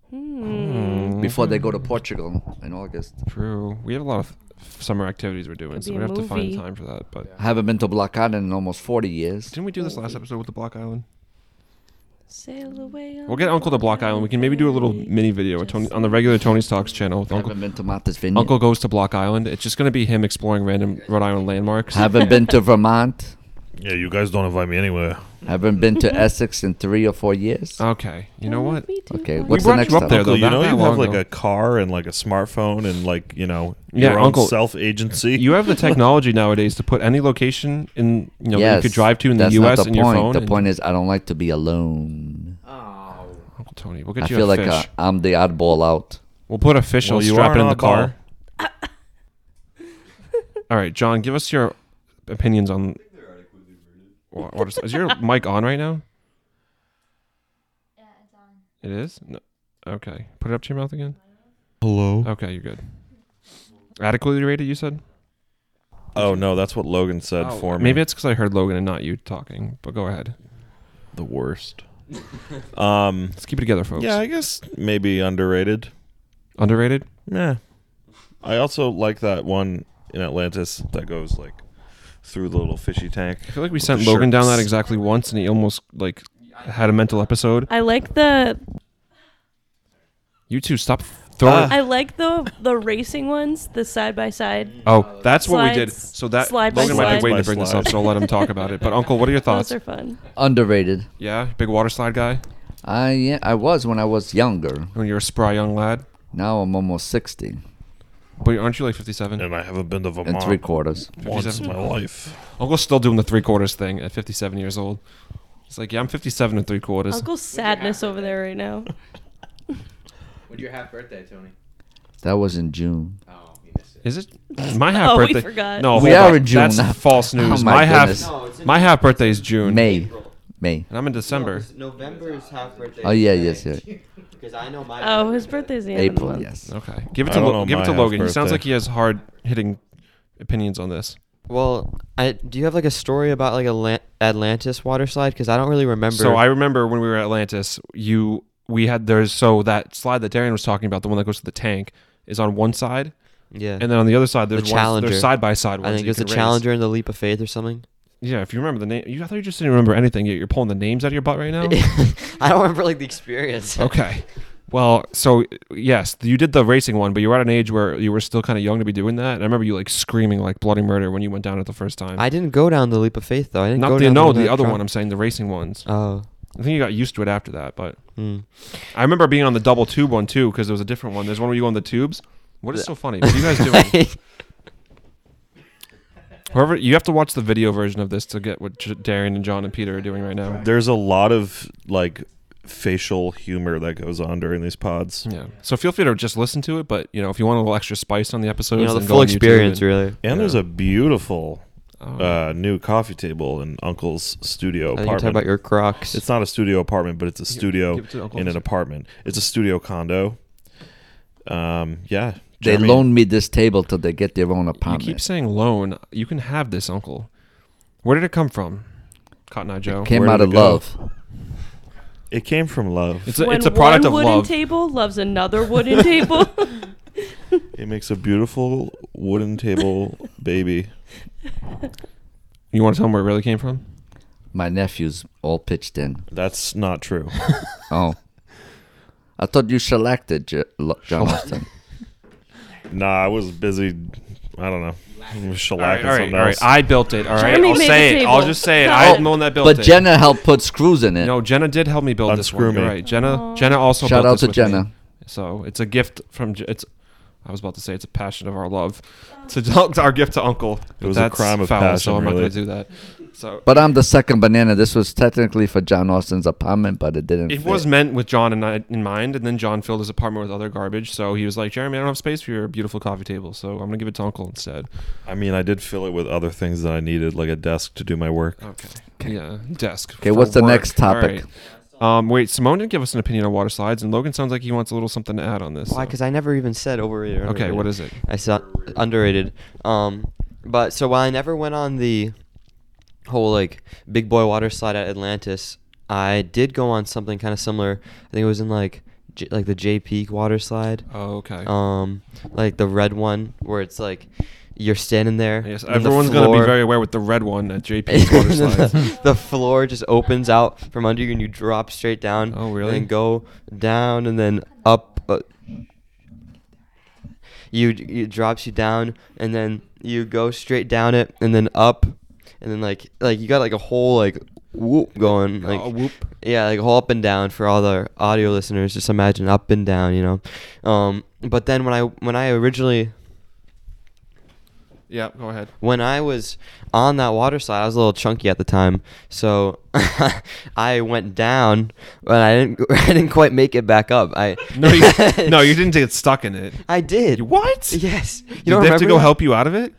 Hmm. Hmm. Mm-hmm. before they go to Portugal in August. True. We have a lot of summer activities we're doing, Could so be we a have to find movie. time for that. But I haven't been to Block Island in almost 40 years. didn't we do this last episode with the Block Island? Sail away. on We'll get Uncle to Block Island. We can maybe do a little mini video with Tony, on the regular Tony's Talks channel with I Uncle haven't been to Martha's Vineyard. Uncle goes to Block Island. It's just going to be him exploring random Rhode Island landmarks. haven't been to Vermont. yeah, you guys don't invite me anywhere. Haven't been to Essex in three or four years. okay, you know (laughs) what? We do Okay, want- what's the we brought next you up there topic? though. Uncle, you not know that you long have like ago. a car and like a smartphone and like you know Yeah, your Uncle- own self agency. You have the technology nowadays to put any location in you know that you Yes, could drive to in the that's not U.S. the in your point. phone. The and- point is, I don't like to be alone. Uncle Tony, we'll I get you feel a like fish. uh, I'm the oddball out. We'll put a fish. Well, and you strap are it in an the car. oddball. (laughs) All right, John, give us your opinions on. Wha- What is, is your mic on right now? It is. No. Okay, put it up to your mouth again. Hello. Okay, you're good. Adequately rated, you said. Oh no, that's what Logan said Oh, for me. Maybe it's because I heard Logan and not you talking. But go ahead. the worst. um. Let's keep it together, folks. Yeah, I guess maybe underrated. Underrated. Yeah. I also like that one in Atlantis that goes like through the little fishy tank. I feel like we With sent the Logan down shirts. that exactly once, and he almost like had a mental episode. I like the You two, stop Ah. throwing. (laughs) I like the the racing ones, the side by side. oh, that's what we did. Slides. So that Slide by Logan might be slide. waiting to bring this up, so I'll let him talk about it. But Uncle, what are your Those thoughts? are fun. Underrated. Yeah, big water slide guy. I yeah, I was when I was younger. When you're a spry young lad, Now I'm almost 60 but aren't you like 57? And I haven't been to Vermont and three quarters. once in 57. my life. Uncle's still doing the three quarters thing at 57 years old. It's like, yeah, I'm 57 and three quarters. Uncle Sadness over there (laughs) right now. when's your half birthday tony That was in June. oh you missed it Is it It's my half (laughs) Oh, we birthday? forgot. No, We hold are on. in June. That's false news. Oh my my half, goodness. No, it's in my half birthday is June, May, April. May. and I'm in December. Oh, November is half birthday. Oh yeah, yes, (laughs) yes. Because I know my. Oh, his birthday's the end of the April, month. yes. Okay, give it I to don't Lo- know give it my to half Logan. He sounds birthday. like he has hard hitting opinions on this. Well, I do you have like a story about like Atlan- Atlantis water slide? Because I don't really remember. So I remember when we were at Atlantis, you we had there's so that slide that Darian was talking about, the one that goes to the tank, is on one side, yeah. and then on the other side there's The ones, Challenger. there's side by side ones. I that think you it's the can raise. Challenger and the Leap of Faith or something. Yeah, if you remember the name, you, I thought you just didn't remember anything. Yet you're pulling the names out of your butt right (laughs) now. I don't remember like the experience. okay. Well, so yes, you did the racing one, but you were at an age where you were still kind of young to be doing that. And I remember you like screaming like bloody murder when you went down it the first time. I didn't go down the Leap of Faith though. I didn't go Not the down no, one the that other Trump- one. I'm saying the racing ones. Oh. I think you got used to it after that, but Hmm. I remember being on the double tube one too because there was a different one. There's one where you go on the tubes. What is so funny? What are (laughs) you guys doing? Whoever you have to watch the video version of this to get what J- Darren and John and Peter are doing right now. There's a lot of like facial humor that goes on during these pods. Yeah. So feel free to just listen to it, but you know if you want a little extra spice on the episodes, you know, the then go full on YouTube experience, and- really. And there's Yeah. a beautiful Oh. uh, new coffee table in Uncle's studio I think you talk apartment. Oh, about your Crocs. it's not a studio apartment, but it's a Here, studio give it to Uncle in an Jose. apartment. It's a studio condo. Um, yeah. They Jeremy- loan me this table till they get their own You apartment. keep saying loan. You can have this, Uncle. Where did it come from? Cotton Eye Joe. Came Where out did of it go? love. It came from love. It's a, it's a product one of wooden love. table loves another wooden (laughs) table. (laughs) It makes a beautiful wooden table baby. you want to tell them where it really came from? My nephews all pitched in. That's not true. Oh. I thought you selected J- L- John (laughs) Austin. Nah, I was busy. I don't know. Shellacking All right, all right, something all right. else. I built it. All right, Jeremy I'll made say the it. I'll table. just say it. Cut I'm it. the one that built But it. Jenna helped put screws in it. No, Jenna did help me build this Unscrew one. You're me. right, Jenna. Jenna also. Shout built out this to with me. Jenna. So it's a gift from. Je- It's. I was about to say it's a passion of our love. It's a, it's our gift to (laughs) Uncle. but was a that's crime of foul, passion, So I'm really. not going to do that. So But I'm the second banana. This was technically for John Austin's apartment, but it didn't. it fit. was meant with John and I in mind, and then John filled his apartment with other garbage. So he was like, "Jeremy, I don't have space for your beautiful coffee table, so I'm gonna give it to Uncle instead." I mean, I did fill it with other things that I needed, like a desk to do my work. Okay. Yeah. Desk. Okay, for what's the work. next topic? All right. Um, wait, Simone didn't give us an opinion on water slides, and Logan sounds like he wants a little something to add on this. Why? so- Because I never even said overrated. Or Okay, underrated. what is it? I saw underrated. Um, but so while I never went on the whole like big boy water slide at Atlantis, I did go on something kind of similar. I think it was in like J- like the J Peak water slide. Oh, okay. Um, like the red one where it's like you're standing there. yes, and the everyone's gonna be floor- very aware with the red one at (laughs) JP's water slides. the, the floor just opens out from under you and you drop straight down. Oh, really? And then go down and then up. Uh, you it drops you down and then you go straight down it and then up and then like like you got like a whole like whoop going like Oh, whoop. yeah like a whole up and down for all the audio listeners just imagine up and down you know um but then when I when I originally yeah, go ahead. when I was on that water slide, I was a little chunky at the time, so (laughs) I went down, but I didn't. (laughs) I didn't quite make it back up. I No, (laughs) you, no, you didn't get stuck in it. I did. You- What? Yes. You did they have to go help you out of it,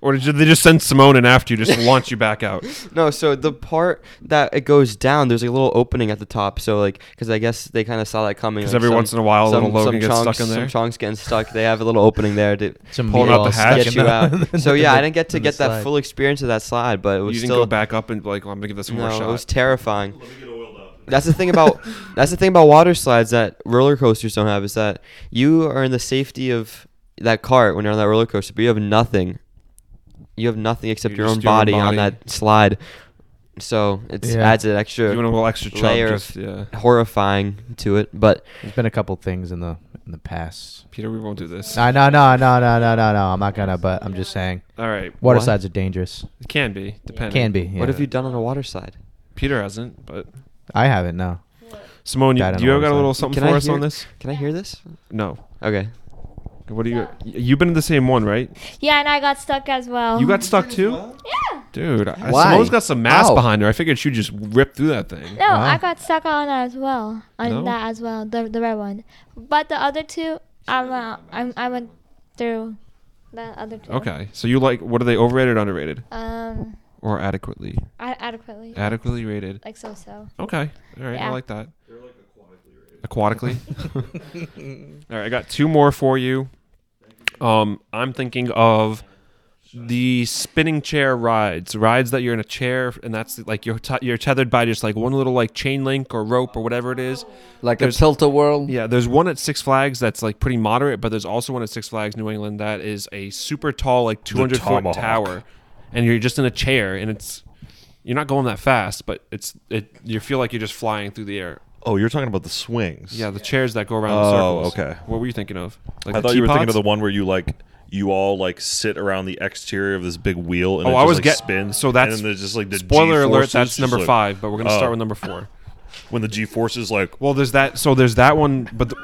or did they just send Simone in after you, (laughs) just launch you back out? No, so the part that it goes down, there's a little opening at the top. So like, because I guess they kind of saw that coming. 'Cause like, every some- once in a while, a some, little Logan some gets chunks- stuck in there. Some chunks getting stuck. They have a little opening there to (laughs) (laughs) Some Pulling out the meatballs hatch. stuck get in you the- (laughs) (laughs) out. so yeah, I didn't get to in the get that slide. full experience of that slide, but it You was didn't still go back up and be like, well, I'm gonna give this one no, more shot. it was terrifying. That's the (laughs) thing about that's the thing about water slides that roller coasters don't have is that you are in the safety of that cart when you're on that roller coaster, but you have nothing. You have nothing except You're your own just your own body, body. on that slide. So it Yeah. adds an extra you want a little extra chub, layer just, of yeah. horrifying to it. But There's been a couple things in the in the past. Peter, we won't do this. No, no, no, no, no, no, no, no. I'm not gonna. But I'm just saying, All right, water What? slides are dangerous. it can be depending. Can be. Yeah. what have you done on a water slide? Peter hasn't, but I haven't. No. Simone, you, Died on do you a have got a water little slide. something Can I for us hear- on this? Can I hear this? No. Okay. What do you? You've been in the same one, right? Yeah, and I got stuck as well. You got stuck too, Yeah. dude. I, Why? Simone's got some mass Ow. behind her. I figured she'd just rip through that thing. No, Wow. I got stuck on that as well. On No? that as well, the the red one. But the other two, I'm uh, I'm I went through the other two. Okay, so you like what are they overrated, underrated, Um, or adequately? I adequately, Adequately rated. like so so. (laughs) Okay, all right, I Yeah. like that. Aquatically. all right, I got two more for you. Um, I'm thinking of the spinning chair rides, rides that you're in a chair and that's like you're t- you're tethered by just like one little like chain link or rope or whatever it is. Like There's- a tilt a whirl. Yeah, there's one at Six Flags that's like pretty moderate, but there's also one at Six Flags New England that is a super tall like 200 foot Tomahawk. tower, and you're just in a chair and it's you're not going that fast, but it's it you feel like you're just flying through the air. Oh, you're talking about the swings. Yeah, the chairs that go around in Oh, circles. okay. What were you thinking of? Like I the thought you were thinking of teapots? the one where you like you all like sit around the exterior of this big wheel and Oh, it I just, was like, get- spins. so that's- and then there's just like the Spoiler alert, G-forces that's just, number like, five, but we're gonna oh. start with number (laughs) four. When the G forces like Well, there's that. So there's that one, but the,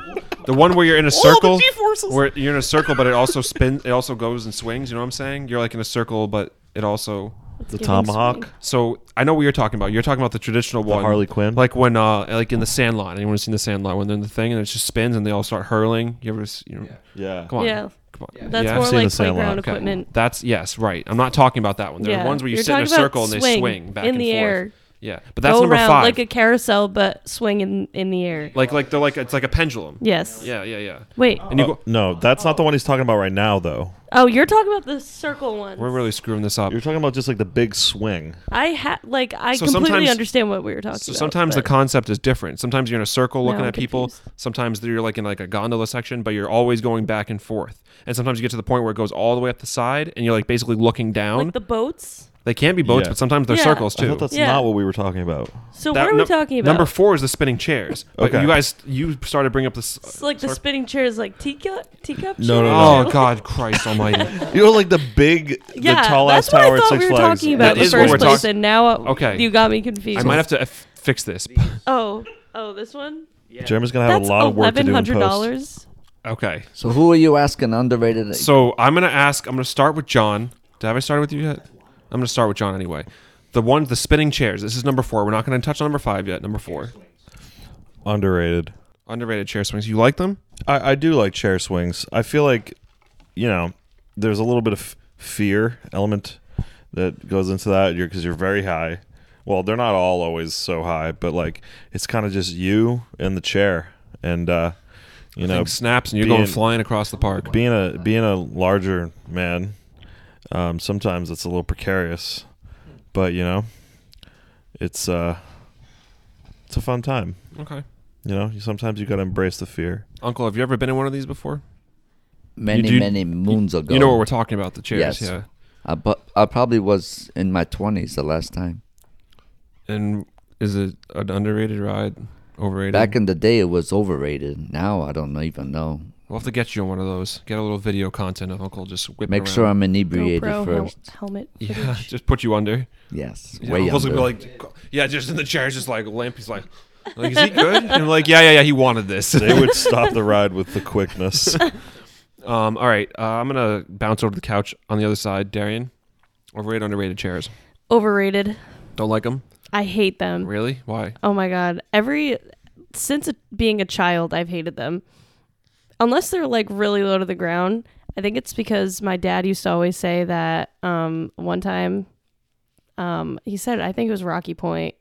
the one where you're in a circle, where you're in a circle, but it also spin, it also goes and swings. You know what I'm saying? You're like in a circle, but it also. the tomahawk. So I know what you're talking about. You're talking about the traditional one, Harley Quinn? like when, uh, like in the Sandlot. Anyone seen the Sandlot when they're in the thing and it just spins and they all start hurling? You ever, s- you know, Yeah. come on, Yeah. come on. That's Yeah? more seen like the Sandlot. playground Okay. equipment. That's yes, right. I'm not talking about that one. There Yeah. are ones where you You're sit in a talking about circle and they swing swing back in and the forth. air. Yeah, but that's Go number around five. like a carousel, but swing in, in the air. like like they're like it's like a pendulum. Yes. Yeah, yeah, yeah. Wait. And you go, Uh, No, that's not the one he's talking about right now though. Oh, you're talking about the circle one. we're really screwing this up. You're talking about just like the big swing. I ha- like I So completely sometimes- understand what we were talking So about. sometimes the but- concept is different. Sometimes you're in a circle Now looking I'm at people. confused. Sometimes you're like in like a gondola section, but you're always going back and forth. And sometimes you get to the point where it goes all the way up the side, and you're like basically looking down. like the boats. they can be boats, Yeah. but sometimes they're Yeah. circles I too. thought that's Yeah. not what we were talking about. So That what are num- we talking about? Number four is the spinning chairs. But Okay. you guys, you started bringing up this. uh, It's like the spinning chair is like teacup, teacup. No, shape? no, no. Oh God, Christ Almighty! (laughs) You know, like the big, Yeah, the tall that's ass what tower I at thought Six we were Flags. talking about That in the is what we're first place, talking- and now uh, Okay. you got me confused. I might have to f- fix this. Oh, oh, this one. Jeremy's gonna have That's a lot of work to eleven do in hundred post. dollars. Okay, So who are you asking underrated? So I'm gonna ask. I'm gonna start with John. Did I have I started with you yet? I'm gonna start with John anyway. The one, the spinning chairs. This is number four. We're not gonna touch on number five yet. Number four, Underrated. underrated chair swings. You like them? I, I do like chair swings. I feel like, you know, there's a little bit of fear element that goes into that because you're, very high. Well, they're not all always so high, but like it's kind of just you and the chair, and uh, you know, Thing snaps and you're going being- flying across the park. being a being a larger man, um, sometimes it's a little precarious, but you know, it's uh, it's a fun time. Okay, You know, sometimes you got to embrace the fear. Uncle, have you ever been in one of these before? Many, do- many moons ago. You know what we're talking about. The chairs. Yes. Yeah. I, bu- I probably was in my 20s the last time. And is it an underrated ride? Overrated. Back in the day, it was overrated. Now I don't even know. we'll have to get you on one of those. Get a little video content of Uncle just whipping. Make around. sure I'm inebriated GoPro hel- first. helmet. (laughs) Yeah, footage. just put you under. Yes, Yeah, way Uncle's under. gonna be like, "Co- yeah, just in the chair, just like limp. He's like, like is he good? And I'm like, yeah, yeah, yeah. He wanted this. (laughs) They would stop the ride with the quickness. um, all right, uh, I'm gonna bounce over to the couch on the other side. Darian, overrated, underrated chairs. Overrated. Don't like them. I hate them. Really? Why? Oh my god. Every since a, being a child, I've hated them. Unless they're like really low to the ground. I think it's because my dad used to always say that um one time um he said I think it was Rocky Point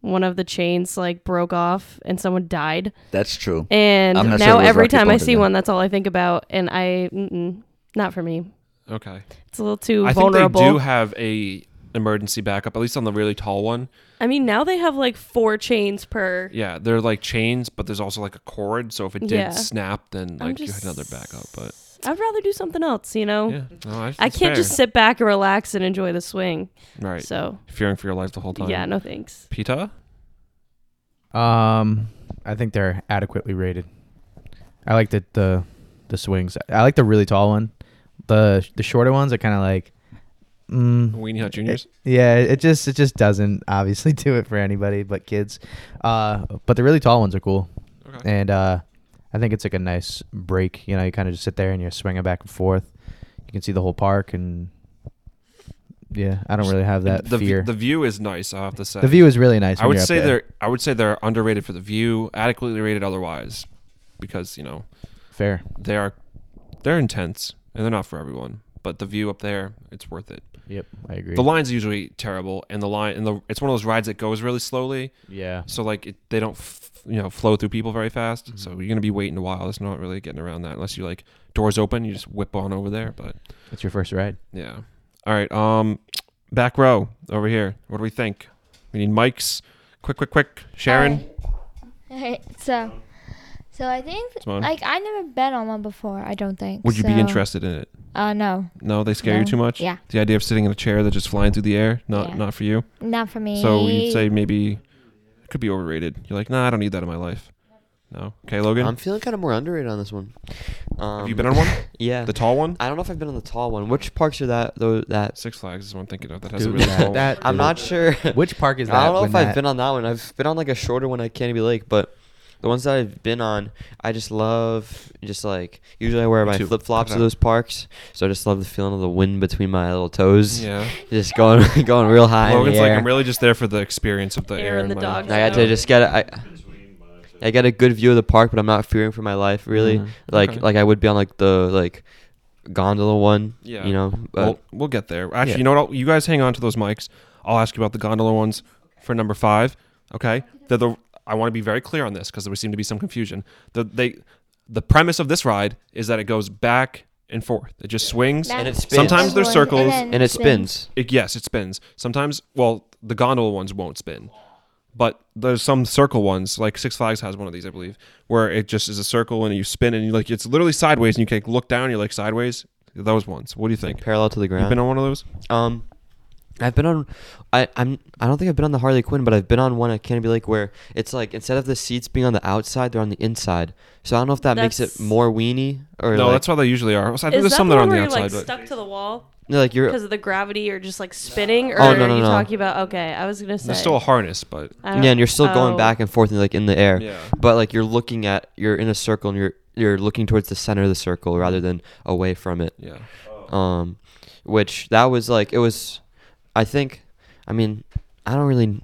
one of the chains like broke off and someone died That's true. and I'm not sure now it was every Rocky time I Point see again. one that's all I think about and I mm-mm, not for me Okay. it's a little too I vulnerable think they do have a emergency backup, at least on the really tall one. I mean now they have like four chains per Yeah, they're like chains, but there's also like a cord. So if it did Yeah. snap, then I'm like you had just- another backup. But I'd rather do something else you know yeah, no, I, I it's can't fair. just sit back and relax and enjoy the swing. right. So Fearing for your life the whole time. yeah, no thanks. Pita. Um, I think they're adequately rated. I like the the, the swings. I like the really tall one. The the shorter ones are kind of like, mm, Weenie Hut (laughs) Juniors. yeah. It just it just doesn't (laughs) obviously do it for anybody but kids. Uh, but the really tall ones are cool, Okay. and uh, I think it's like a nice break. You know, you kind of just sit there and you're swinging back and forth. You can see the whole park, and yeah, I don't really have that the v- fear. the view is nice. I have to say. the view is really nice. I when would you're up say there. they're I would say they're underrated for the view, adequately rated otherwise, because you know fair. they are they're intense and they're not for everyone. But the view up there, it's worth it. Yep, I agree. The line's usually terrible, and the line and the it's one of those rides that goes really slowly, yeah. so like it, they don't f- you know flow through people very fast. Mm-hmm. So you're gonna be waiting a while. It's not really getting around that unless you like doors open, you just whip on over there. But It's your first ride. yeah, All right. Um, back row over here. What do we think? We need mics. Quick, quick, quick. Sharon. All right, so, so I think Simone? like I never bet on one before. I don't think. Would you be so- interested in it? Uh, no, No, they scare you No. too much. Yeah. The idea of sitting in a chair that just flying through the air, not Yeah. not for you. not for me. So you'd say maybe it could be overrated. You're like, nah, I don't need that in my life. No. Okay, Logan. I'm feeling kind of more underrated on this one. Um, Have you been on one? (laughs) Yeah. the tall one. um, (laughs) I don't know if I've been on the tall one. Which parks are that though? That Six Flags is what I'm thinking of. That has Dude, a really that- tall. that- I'm not sure. Which park is that? I don't know when if I've that- been on that one. I've been on like a shorter one at Canopy Lake, but the ones that I've been on, I just love just like usually I wear Me my too. flip flops to Okay. those parks, so I just love the feeling of the wind between my little toes. yeah. (laughs) just going going real high. in Logan's the like, air. I'm really just there for the experience of the air, Air and the my- dog. I got to just get a, I, I get a good view of the park, but I'm not fearing for my life really. Mm-hmm. Mhm. Like Okay. like I would be on like the like gondola one. Yeah. You know. But we'll, we'll get there. Actually, Yeah. you know what? I'll- you guys hang on to those mics. I'll ask you about the gondola ones for number five. Okay. They're the, I want to be very clear on this because there seemed to be some confusion. The they the premise of this ride is that it goes back and forth. It just swings. Back And it spins. Sometimes they're forth, circles. then and it spins. It, yes, it spins. Sometimes, well, the gondola ones won't spin, but there's some circle ones. Like Six Flags has one of these, I believe, where it just is a circle and you spin and you like it's literally sideways and you can like, look down. You're like sideways. Those ones. What do you think? Parallel to the ground. You've been on one of those? Um, I've been on. I I'm. I don't think I've been on the Harley Quinn, but I've been on one at Canopy Lake where it's like instead of the seats being on the outside, they're on the inside. So I don't know if that makes That's- it more weenie or No, like, that's why they usually are. I think Is that there's some the that are on one the where you're outside. like but stuck to the wall no, like you're. because of the gravity, or just like spinning? Or Oh, no, are no, you no. talking about? Okay, I was gonna say. there's still a harness, but I don't- Yeah, and you're still going oh. back and forth, and like in the air. Yeah. But like you're looking at, you're in a circle, and you're you're looking towards the center of the circle Mm. rather than away from it. yeah. um which that was like it was i think i mean i don't really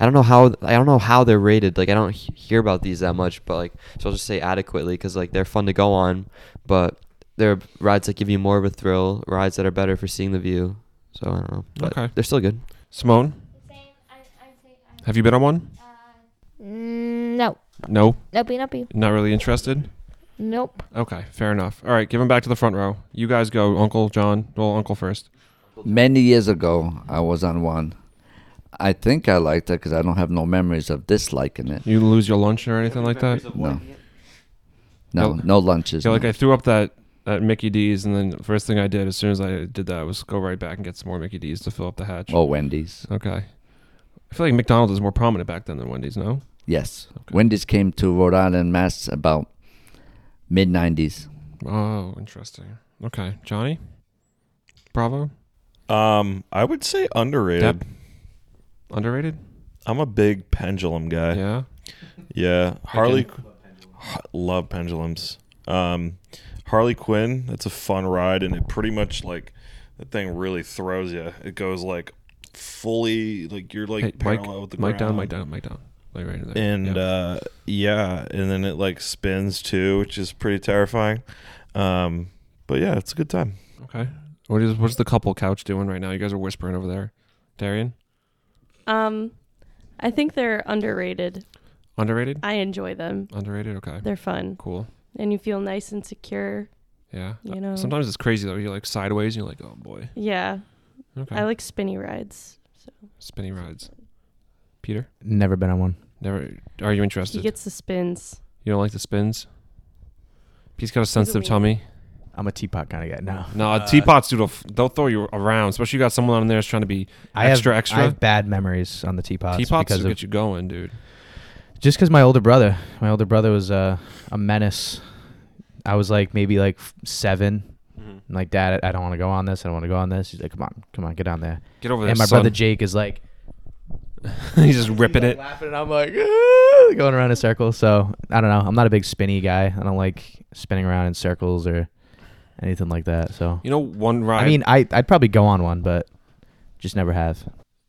i don't know how i don't know how they're rated like i don't he- hear about these that much but like so i'll just say adequately because like they're fun to go on but there are rides that give you more of a thrill rides that are better for seeing the view so i don't know but Okay. they're still good Simone, have you been on one? Mm, no, No, nopey, nopey, not really interested. nope. Okay, fair enough. All right, give him back to the front row. You guys go, Uncle John. Well, Uncle first. Many years ago, I was on one. I think I liked it because I don't have no memories of disliking it. You lose your lunch or anything like that? No. No, No. no lunches. Yeah, like no. I threw up that that Mickey D's, and then the first thing I did as soon as I did that was go right back and get some more Mickey D's to fill up the hatch. Oh, Wendy's. Okay. I feel like McDonald's was more prominent back then than Wendy's. No. Yes. Wendy's came to Rhode Island, Mass about mid 90s. Oh, interesting. Okay, Johnny. Bravo. Um, I would say underrated. Yep. Underrated. I'm a big pendulum guy. Yeah, Yeah. Harley H- love pendulums. Um, Harley Quinn. That's a fun ride, and it pretty much like the thing really throws you. It goes like fully like you're like Hey, Mike. parallel with the Mike down. ground. Mike down. Mike down. Like right there. and Yeah. uh yeah and then it like spins too which is pretty terrifying um but yeah it's a good time okay. What is what's the couple couch doing right now? You guys are whispering over there. Darian. Um, I think they're underrated. Underrated. I enjoy them. Underrated. Okay. They're fun, Cool. and you feel nice and secure. Yeah. You know. Sometimes it's crazy though. You're like sideways. And you're like, oh boy. Yeah, Okay. I like spinny rides. So Spinny rides. Peter, Never been on one. never. Are you he interested? gets the spins. you don't like the spins. He's got a sensitive weeb. tummy. I'm a teapot kind of guy. No, No, teapots, dude, will f- they'll throw you around. Especially you got someone on there that's trying to be I have, extra, extra. I have bad memories on the teapots, teapots because will of get you going, dude. just because my older brother my older brother was uh, a menace i was like maybe like f- 7 I'm like dad i I don't want to go on this i don't want to go on this he's like come on come on get on there Get over there, and my son. brother jake is like (laughs) He's just ripping like, it. laughing and i'm like "Ah," going around in circles so i don't know i'm not a big spinny guy i don't like spinning around in circles or anything like that so You know, one ride. i mean I, i'd probably go on one but just never have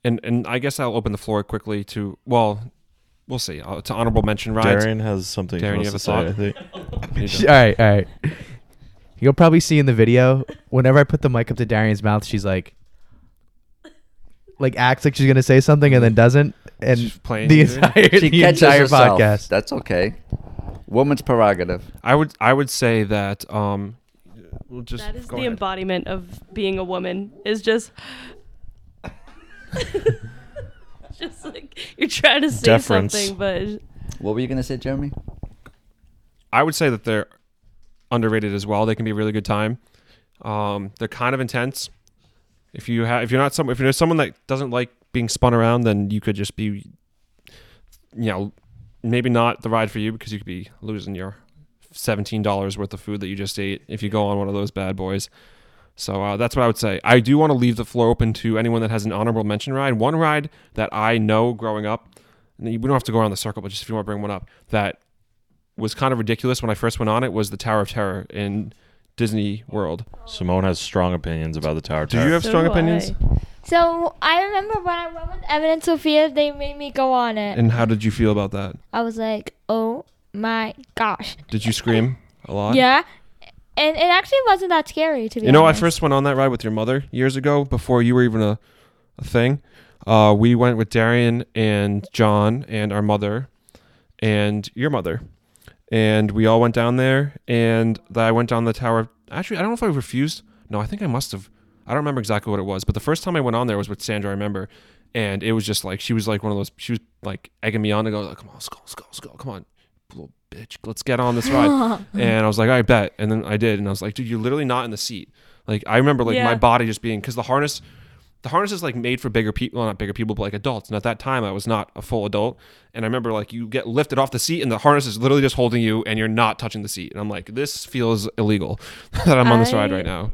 and and I guess I'll open the floor quickly to well, we'll see. Uh, to honorable mention rides. Darian has something Darian, you he have a wants to say, I (laughs) You all don't- right, all right. You'll probably see in the video whenever I put the mic up to Darian's mouth, she's like, like acts like she's gonna say something and then doesn't, and She's playing the with it. entire the entire podcast. That's okay. Woman's prerogative. I would I would say that um, We'll just That is go the ahead. embodiment of being a woman. (laughs) Is just. just like you're trying to say Deference. something, but What were you gonna say, Jeremy? I would say that they're underrated as well. They can be a really good time. Um, they're kind of intense. If you have, if you're not some, if you're someone that doesn't like being spun around, then you could just be, you know, maybe not the ride for you because you could be losing your seventeen dollars worth of food that you just ate if you go on one of those bad boys. So uh, that's what I would say. I do want to leave the floor open to anyone that has an honorable mention ride. One ride that I know growing up, and we don't have to go around the circle, but just if you want to bring one up, that was kind of ridiculous when I first went on it was the Tower of Terror in Disney World. Simone has strong opinions about the Tower of Terror. So strong do opinions? So I remember when I went with Evan and Sophia, they made me go on it. And how did you feel about that? I was like, oh my gosh. Did you scream a lot? Yeah. And it actually wasn't that scary to be You know, I honest. first went on that ride with your mother years ago before you were even a, a thing. Uh, we went with Darian and John and our mother and your mother. And we all went down there and I went down the tower. Actually, I don't know if I refused. No, I think I must have. I don't remember exactly what it was, but the first time I went on there was with Sandra, I remember. And it was just like, she was like one of those, she was like egging me on to go, like, come on, let's go, let's go, let's go, come on, little bitch, let's get on this ride Mm-hmm. and I was like, I bet. And then I did, and I was like, dude, you're literally not in the seat. Like I remember, like Yeah. my body just being because the harness, the harness is like made for bigger people, well, not bigger people, but like adults. And at that time, I was not a full adult, and I remember like you get lifted off the seat, and the harness is literally just holding you, and you're not touching the seat. And I'm like, this feels illegal (laughs) that I'm on this ride I- right (laughs) now.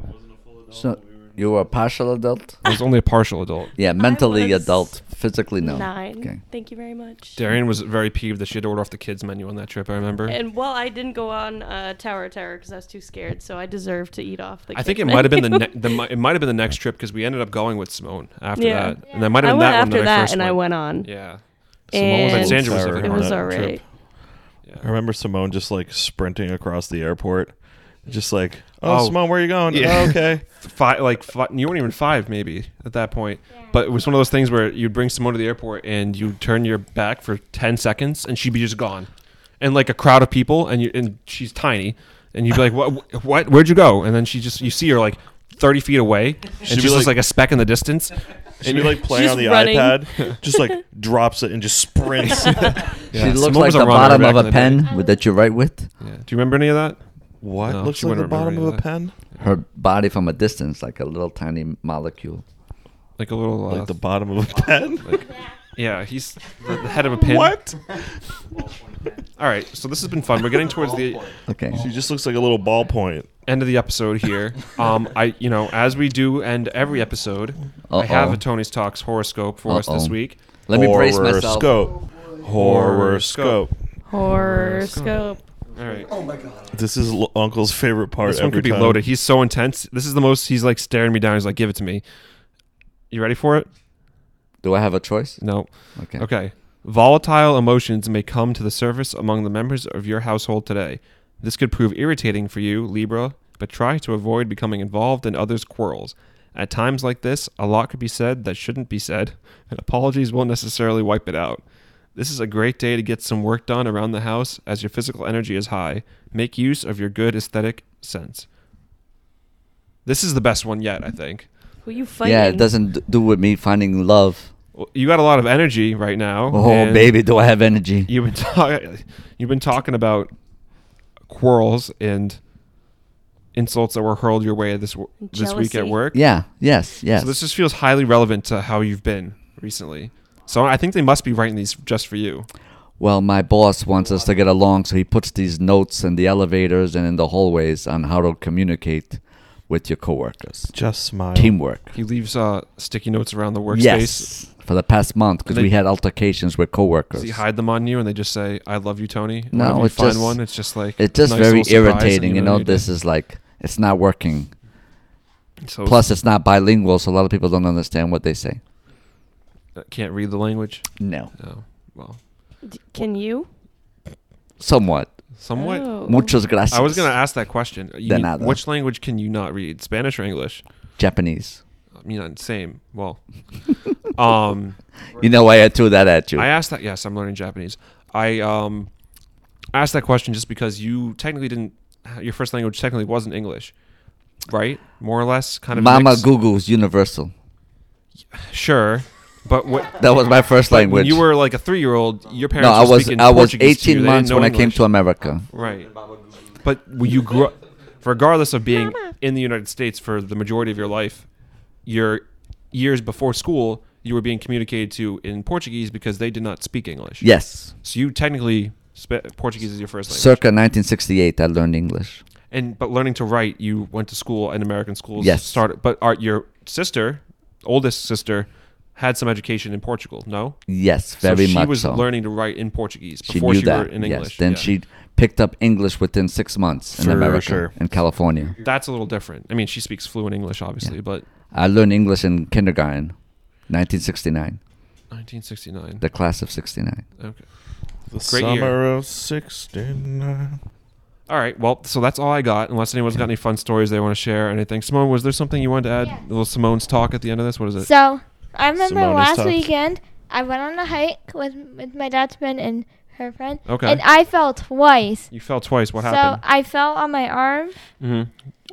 So you were a partial adult. I was only a partial adult. Yeah, mentally was adult, physically no. nine. Okay. Thank you very much. Darian was very peeved that she had to order off the kids menu on that trip. I remember. And well, I didn't go on uh, Tower of Terror because I was too scared, so I deserve to eat off the. I think it cake might have been the, (laughs) menu. ne- the mi- it might have been the next trip because we ended up going with Simone after Yeah. that, and that might I have been went that after one that, I that, first and I went. went on. Yeah. And But Sandra was Terror living it on was that alright. trip. I remember Simone just like sprinting across the airport, just like, "Oh, Oh. Simone, where are you going? Yeah. Oh, okay." Five, like fi you weren't even five, maybe at that point. But it was one of those things where you'd bring someone to the airport and you turn your back for ten seconds, and she'd be just gone, and like a crowd of people, and you and she's tiny, and you'd be like, "What? What? Where'd you go?" And then she just you see her like thirty feet away, and She'd she's be just like- like a speck in the distance. She'd be like playing She's on the running. iPad, just like drops it and just sprints. Yeah, She looks Simone like was a the runner bottom back of in a the day. pen with, that you write with. Yeah. Do you remember any of that? what No, looks she like the wouldn't remember bottom any of of a that. pen? Her body from a distance, like a little tiny molecule. Like a little. Uh, Like the bottom of a pen? (laughs) yeah, he's the, the head of a pin. what? All right, so this has been fun. We're getting towards (laughs) the Okay. She just looks like a little ballpoint. end of the (laughs) episode here. Um, I, you know, as we do end every episode, I have Uh-oh. a Tony's Talks horoscope for us this Uh-oh. week. Let me brace myself. Horoscope. Horoscope. Horoscope. All right, This is l- Uncle's favorite part. this one Oh every could be time. loaded. He's so intense. This is the most. He's like staring me down. He's like, "Give it to me." You ready for it? Do I have a choice? No. Okay. Okay. Volatile emotions may come to the surface among the members of your household today. This could prove irritating for you, Libra, but try to avoid becoming involved in others' quarrels. At times like this, a lot could be said that shouldn't be said, (laughs) and apologies won't necessarily wipe it out. This is a great day to get some work done around the house as your physical energy is high. Make use of your good aesthetic sense. This is the best one yet, I think. Who you fighting? Yeah, it doesn't d- do with me finding love. Well, You got a lot of energy right now. Oh, and- baby, do I have energy? you've been talking you've been talking about quarrels and insults that were hurled your way this w- this week at Jealousy. work. Yeah. Yes. Yes. So this just feels highly relevant to how you've been recently. So I think they must be writing these just for you. Well, my boss wants us to get along, so he puts these notes in the elevators and in the hallways on how to communicate with your coworkers. Just smile. Teamwork. He leaves uh, sticky notes around the workspace. Yes. For the past month, because They- we had altercations with coworkers. Does he hide them on you and they just say, "I love you, Tony"? And No, whenever you it's find just- one. It's just like It's just nice very little surprise that irritating, you know. you This is like it's not working. did. so Plus, it's not bilingual, so a lot of people don't understand what they say. can't read the language. No, No, well, D- Can you? somewhat. somewhat. Oh. Muchos gracias. I was gonna ask that question. You- De nada. Which language can you not read? Spanish or English? Japanese. I mean, uh, same. Well, um, You know why I threw that at you? I asked that. Yes, I'm learning Japanese. I um, asked that question just because you technically didn't. Your first language technically wasn't English, right? More or less, kind of. Mama mixed. Google's universal. Sure, but what? That was my first But when language. you were like a three-year-old, your no, parents. I were was speaking I was Portuguese to you. 18 They didn't months know when I came English. to America. Right, but when you grew up, regardless of being in the United States for the majority of your life, your years before school, you were being communicated to in Portuguese because they did not speak English. Yes, So you technically spe- Portuguese is your first language. circa 1968, I learned English. And but learning to write, you went to school in American schools. Yes. Started, but art your sister, oldest sister, had some education in Portugal. No. Yes, very so she much was so. learning to write in Portuguese she before knew she, that. were in English. Yes, then Yeah. she picked up English within six months in For America, sure. in California. That's a little different. I mean, she speaks fluent English, obviously, but I learned English in kindergarten, 1969, 1969. the class of 69. Okay. The Great summer year. of 69. All right. Well, so that's all I got. Unless anyone's got any fun stories they want to share or anything. Simone, was there something you wanted to add? Yeah. A little Simone's talk at the end of this. What is it? (laughs) So I remember Simone's last tough. weekend I went on a hike with with my dad's friend and her friend. Okay. And I fell twice. you fell twice. What so happened? I fell on my arm. mm-hmm.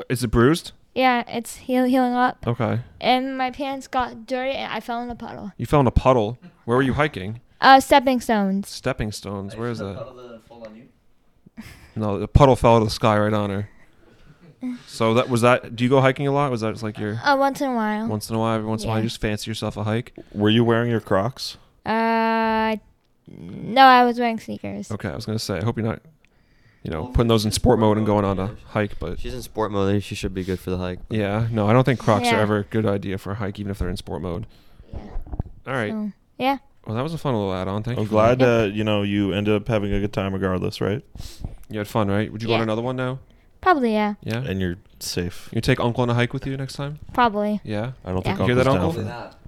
Is it bruised? Yeah, it's heal- healing up. Okay. And my pants got dirty and I fell in a puddle. You fell in a puddle. Where were you hiking? Uh, stepping stones. Stepping stones. Where is that? No, the puddle fell out of the sky right on (laughs) her. So that was that. Do you go hiking a lot? Was that just like your Uh, once in a while. once in a while, every once in a while, you Yeah. just fancy yourself a hike? Were you wearing your Crocs? Uh, no, I was wearing sneakers. Okay, I was gonna say. I hope you're not, you know, putting those in sport mode and going on a hike. But She's in sport mode. then She should be good for the hike. yeah, no, I don't think Crocs are Yeah. ever a good idea for a hike, even if they're in sport mode. Yeah. All right. So, yeah. Well, that was a fun little add-on. Thank I'm you. for that. glad uh, you know you ended up having a good time regardless, right? You had fun, right? Would you go on Yeah. another one now? Probably yeah. Yeah. And you're safe. you take Uncle on a hike with you next time? Probably. Yeah. I don't Yeah. think You hear that, Uncle's down Uncle? for that.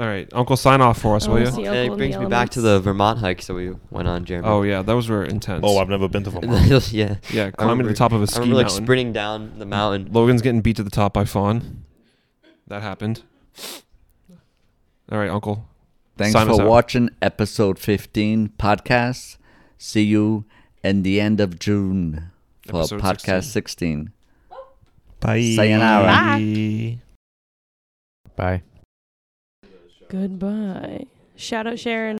All right, Uncle, sign off for us, I Oh, will wanna you? see And Uncle it in brings me back to the elements. Vermont hikes that we went on, Jeremy. Oh yeah, those were intense. Oh, I've never been (laughs) to Vermont. yeah. Yeah, climbing I to the remember- top of a I ski remember, like mountain. sprinting down the mountain. Logan's getting beat to the top by Fawn. That happened. All right, Uncle. Thanks Sign us for out. watching episode 15 podcast. See you in the end of June for Episode podcast 16. 16. Bye. Sayonara. Bye. Goodbye. Shout out Sharon.